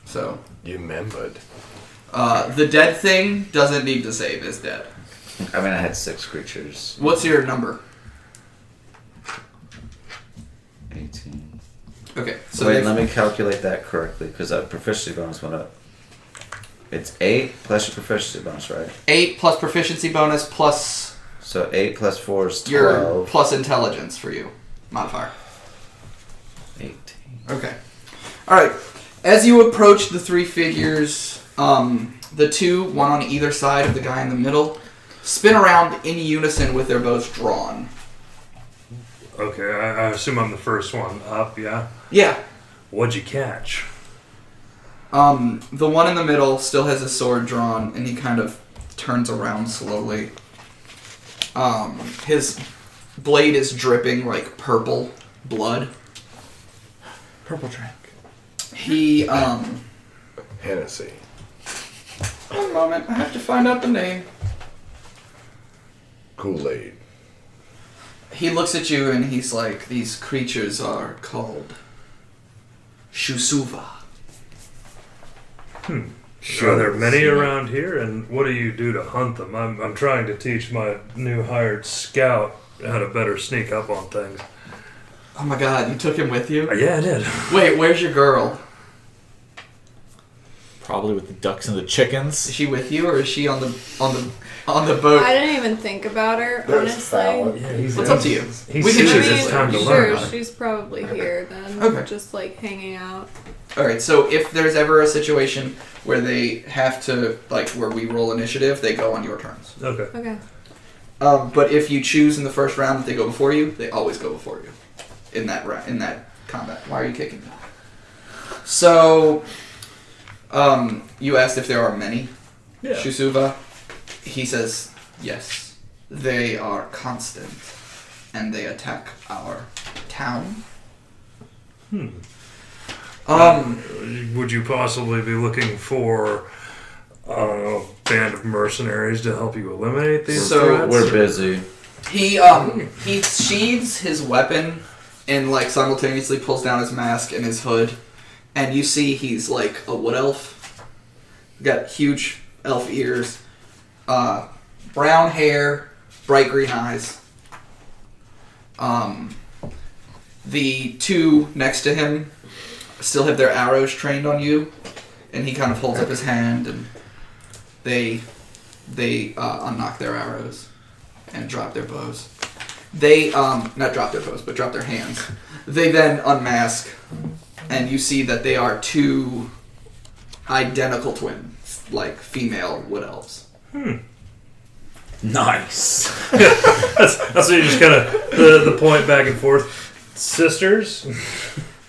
So
you remembered.
Uh, the dead thing doesn't need to save. Is dead.
I mean, I had six creatures.
What's your number?
18.
Okay, so
wait,
they've-
let me calculate that correctly because our proficiency bonus went up. It's eight plus your proficiency bonus, right?
Eight plus proficiency bonus plus
So eight plus four is
your
twelve.
plus intelligence for you modifier.
Eight.
Okay. All right. As you approach the three figures, um, the two, one on either side of the guy in the middle, spin around in unison with their bows drawn.
Okay, I, I assume I'm the first one up, yeah?
Yeah.
What'd you catch?
Um, the one in the middle still has his sword drawn, and he kind of turns around slowly. Um, his blade is dripping like purple blood.
Purple drink.
He um.
Hennessy.
One moment, I have to find out the name.
Kool Aid.
He looks at you and he's like, "These creatures are called Shusuva."
Hmm. Are there many around here, and what do you do to hunt them? I'm, I'm trying to teach my new hired scout how to better sneak up on things.
Oh my god, you took him with you?
yeah, I did.
Wait, where's your girl?
Probably with the ducks and the chickens.
Is she with you, or is she on the on the on the boat?
I didn't even think about her, honestly.
What's up to you?
He's
we can
serious.
choose
It's time to
Sure,
learn.
she's probably here then.
Okay.
Just like hanging out.
All right. So if there's ever a situation where they have to like where we roll initiative, they go on your turns.
Okay.
Okay.
Um, but if you choose in the first round that they go before you, they always go before you in that ra- in that combat. Why are you kicking me? So, um, you asked if there are many
Yeah.
Shusuva. He says yes. They are constant, and they attack our town.
Hmm.
Um,
would you possibly be looking for I don't know, a band of mercenaries to help you eliminate these
So-
threats?
We're
busy.
He um he sheathes his weapon and like simultaneously pulls down his mask and his hood, and you see he's like a wood elf. Got huge elf ears, uh, brown hair, bright green eyes. Um, the two next to him still have their arrows trained on you, and he kind of holds up his hand and they they uh, unlock their arrows and drop their bows. They um not drop their bows, but drop their hands. They then unmask, and you see that they are two identical twins, like female wood elves.
Hmm.
Nice.
that's, that's what you just kind of the, the point back and forth. Sisters.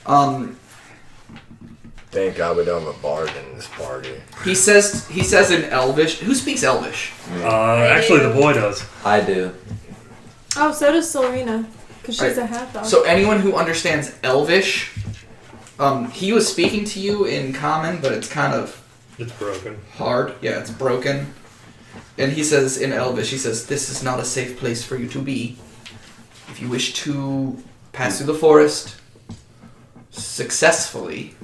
Um,
Thank God we don't have a bard in this party.
He says he says in Elvish. Who speaks Elvish?
Uh, actually, the boy does.
I do.
Oh, so does Serena, because she's a
Right.
half elf.
So anyone who understands Elvish, um, he was speaking to you in common, but it's kind of
it's broken.
Hard, yeah, it's broken. And he says in Elvish, he says, "This is not a safe place for you to be. If you wish to pass through the forest, successfully,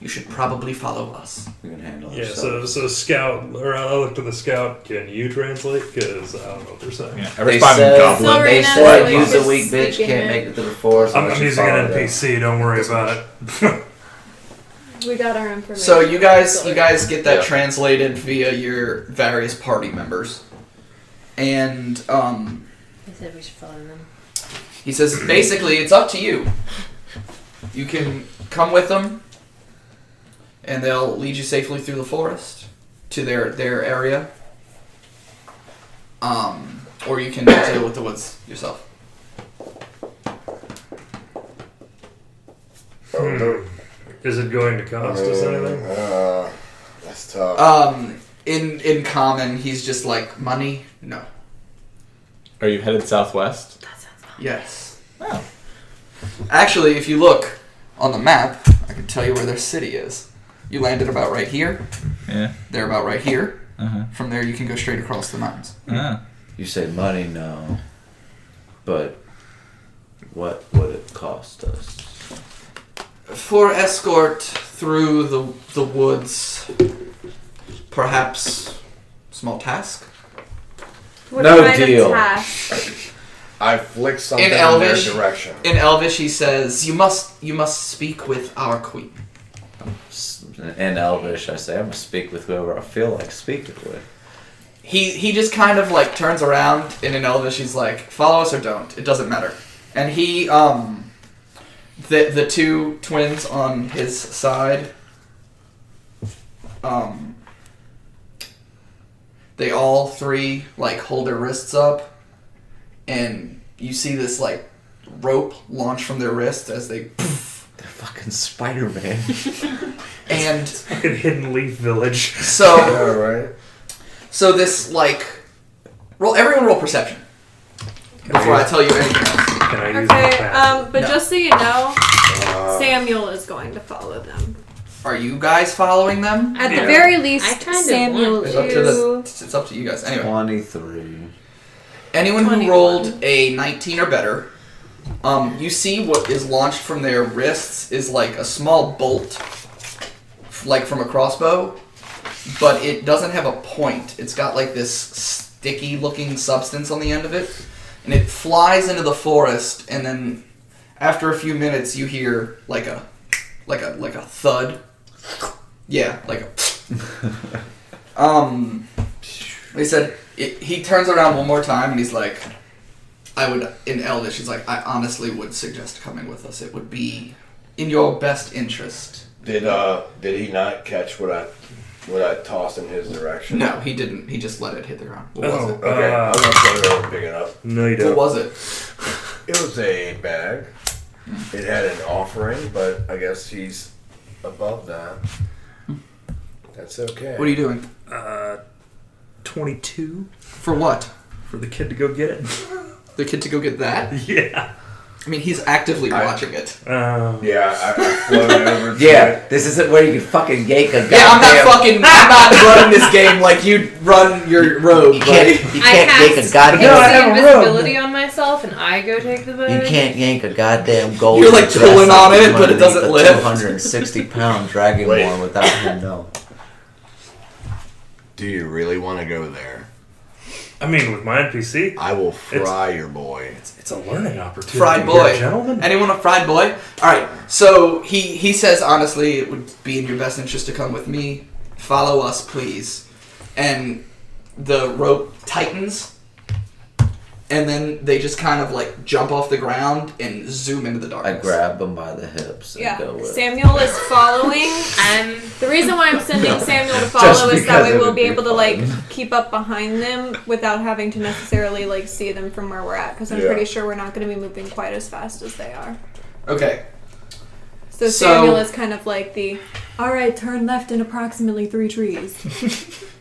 you should probably follow us.
We can handle
Yeah, so so scout. Or I looked to the scout. Can you translate? Because I don't know what they're saying.
They said, They said use a weak bitch, can't make it to the force.
I'm,
unless
I'm
you
using
follow
an
them."
NPC. Don't worry about it.
We got our information.
So you guys, you guys get that translated via your various party members, and um,
I said we should follow them.
he says basically it's up to you. You can come with them, and they'll lead you safely through the forest to their their area. Um, or you can deal with the woods yourself.
Hmm. Is it going to cost us anything?
Uh, that's tough.
Um, in in common, he's just like money. No.
Are you headed southwest? Oh,
Yes. Actually, if you look on the map, I can tell you where their city is. You landed about right here.
Yeah.
They're about right here.
Uh-huh.
From there, you can go straight across the mountains.
Ah.
You say money, no. But what would it cost us?
For escort through the the woods, perhaps small task.
What No kind of deal.
task?
I flick something
in
in,
Elvish.
their direction.
In Elvish, he says, "You must you must speak with our queen."
In Elvish, I say, I'm going to speak with whoever I feel like speaking with.
he he just kind of like turns around and in Elvish he's like, follow us or don't. It doesn't matter. And he um the the two twins on his side um they all three like hold their wrists up and you see this like rope launch from their wrist as they poof,
they're fucking Spider-Man.
and
fucking hidden leaf village.
So
Yeah, right.
So this like roll everyone roll perception. Before I, tell you anything else.
Can I
Okay, um, but
No.
just so you know,
Uh,
Samuel is going to follow them.
Are you guys following them?
At the very least, Samuel
It's up, to the, it's up to you guys. Anyway,
23.
anyone who rolled a 19 or better, um, you see what is launched from their wrists is like a small bolt, like from a crossbow, but it doesn't have a point. It's got like this sticky looking substance on the end of it, and it flies into the forest, and then after a few minutes, you hear like a like a like a thud. Yeah, like a. um, they said it, he turns around one more time and he's like, "I would in Elvish." He's like, "I honestly would suggest coming with us. It would be in your best interest."
Did uh did he not catch what I what I tossed in his direction?
No, Uh, he didn't. He just let it hit the ground. What was
Oh,
it?
okay. I'm gonna put it over and pick it up.
No, you
What
don't.
was it?
It was a bag. It had an offering, but I guess he's above that. That's okay.
What are you doing?
Uh, 22
for what?
For the kid to go get it.
The kid to go get that?
Yeah.
I mean, he's actively watching it.
Um,
yeah, I, I floated over. to it.
Yeah, this isn't where you can fucking yank a goddamn...
Yeah, I'm not fucking. I'm not running this game like you run your rogue.
You can't, you can't yank a goddamn...
I
No, I
cast
have a rope.
invisibility on myself, and I go take the boat.
You can't yank a goddamn gold.
You're, like, pulling on it, but it doesn't lift.
260 pound dragonborn without him knowing.
Do you really want to go there?
I mean, with my NPC,
I will fry your boy.
it's a learning opportunity.
Fried
here,
boy.
Gentlemen.
Anyone a fried boy? All right. So he he says honestly, it would be in your best interest to come with me. Follow us, please. And the rope tightens, and then they just kind of like jump off the ground and zoom into the
I
darkness.
grab him by the hips and go
Yeah,
with
Samuel is following.
I'm
The reason why I'm sending
No.
Samuel to
Just
follow is that
because
way
it
we'll
would
be
be
able to
fun.
like keep up behind them without having to necessarily like see them from where we're at because I'm
Yeah.
pretty sure we're not going to be moving quite as fast as they are.
Okay.
So
So-
Samuel is kind of like the, all right, turn left in approximately three trees.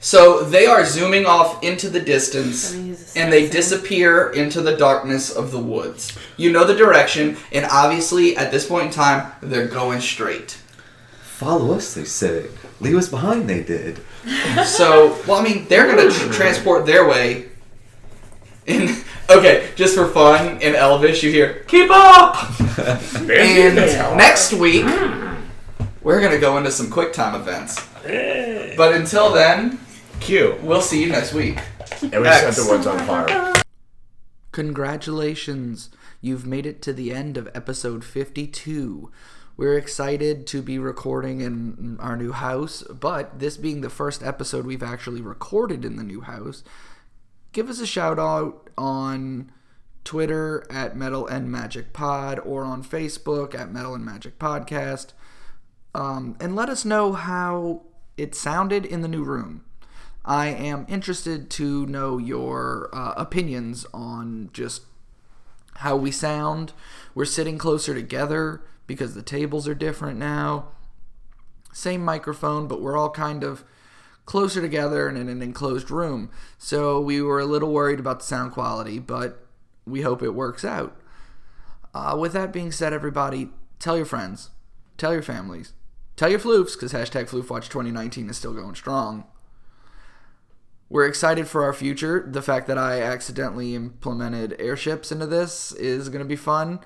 So they are zooming off into the distance and they disappear into the darkness of the woods. You know the direction, and obviously at this point in time, they're going straight.
Follow us, they said. Leave us behind, they did.
So, well, I mean, they're going to transport their way
And okay, just for fun, in Elvish, you hear "Keep up." and next week, we're gonna go into some quick time events. But until then,
Q.
We'll see you next week.
And we set the words on fire.
Congratulations! You've made it to the end of episode 52. We're excited to be recording in our new house, but this being the first episode we've actually recorded in the new house, give us a shout out on Twitter at Metal and Magic Pod or on Facebook at Metal and Magic Podcast. Um, and let us know how it sounded in the new room. I am interested to know your uh, opinions on just how we sound. We're sitting closer together because the tables are different now. Same microphone, but we're all kind of closer together and in an enclosed room. So we were a little worried about the sound quality, but we hope it works out. Uh, with that being said, everybody, tell your friends, tell your families, tell your floofs, because hashtag FloofWatch2019 is still going strong. We're excited for our future. The fact that I accidentally implemented airships into this is going to be fun.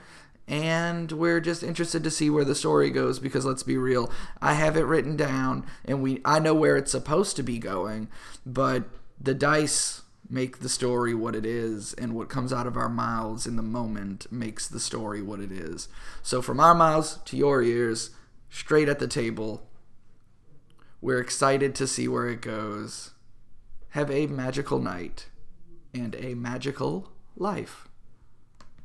And we're just interested to see where the story goes because let's be real, I have it written down and we I know where it's supposed to be going, but the dice make the story what it is and what comes out of our mouths in the moment makes the story what it is. So from our mouths to your ears, straight at the table. We're excited to see where it goes. Have a magical night and a magical life.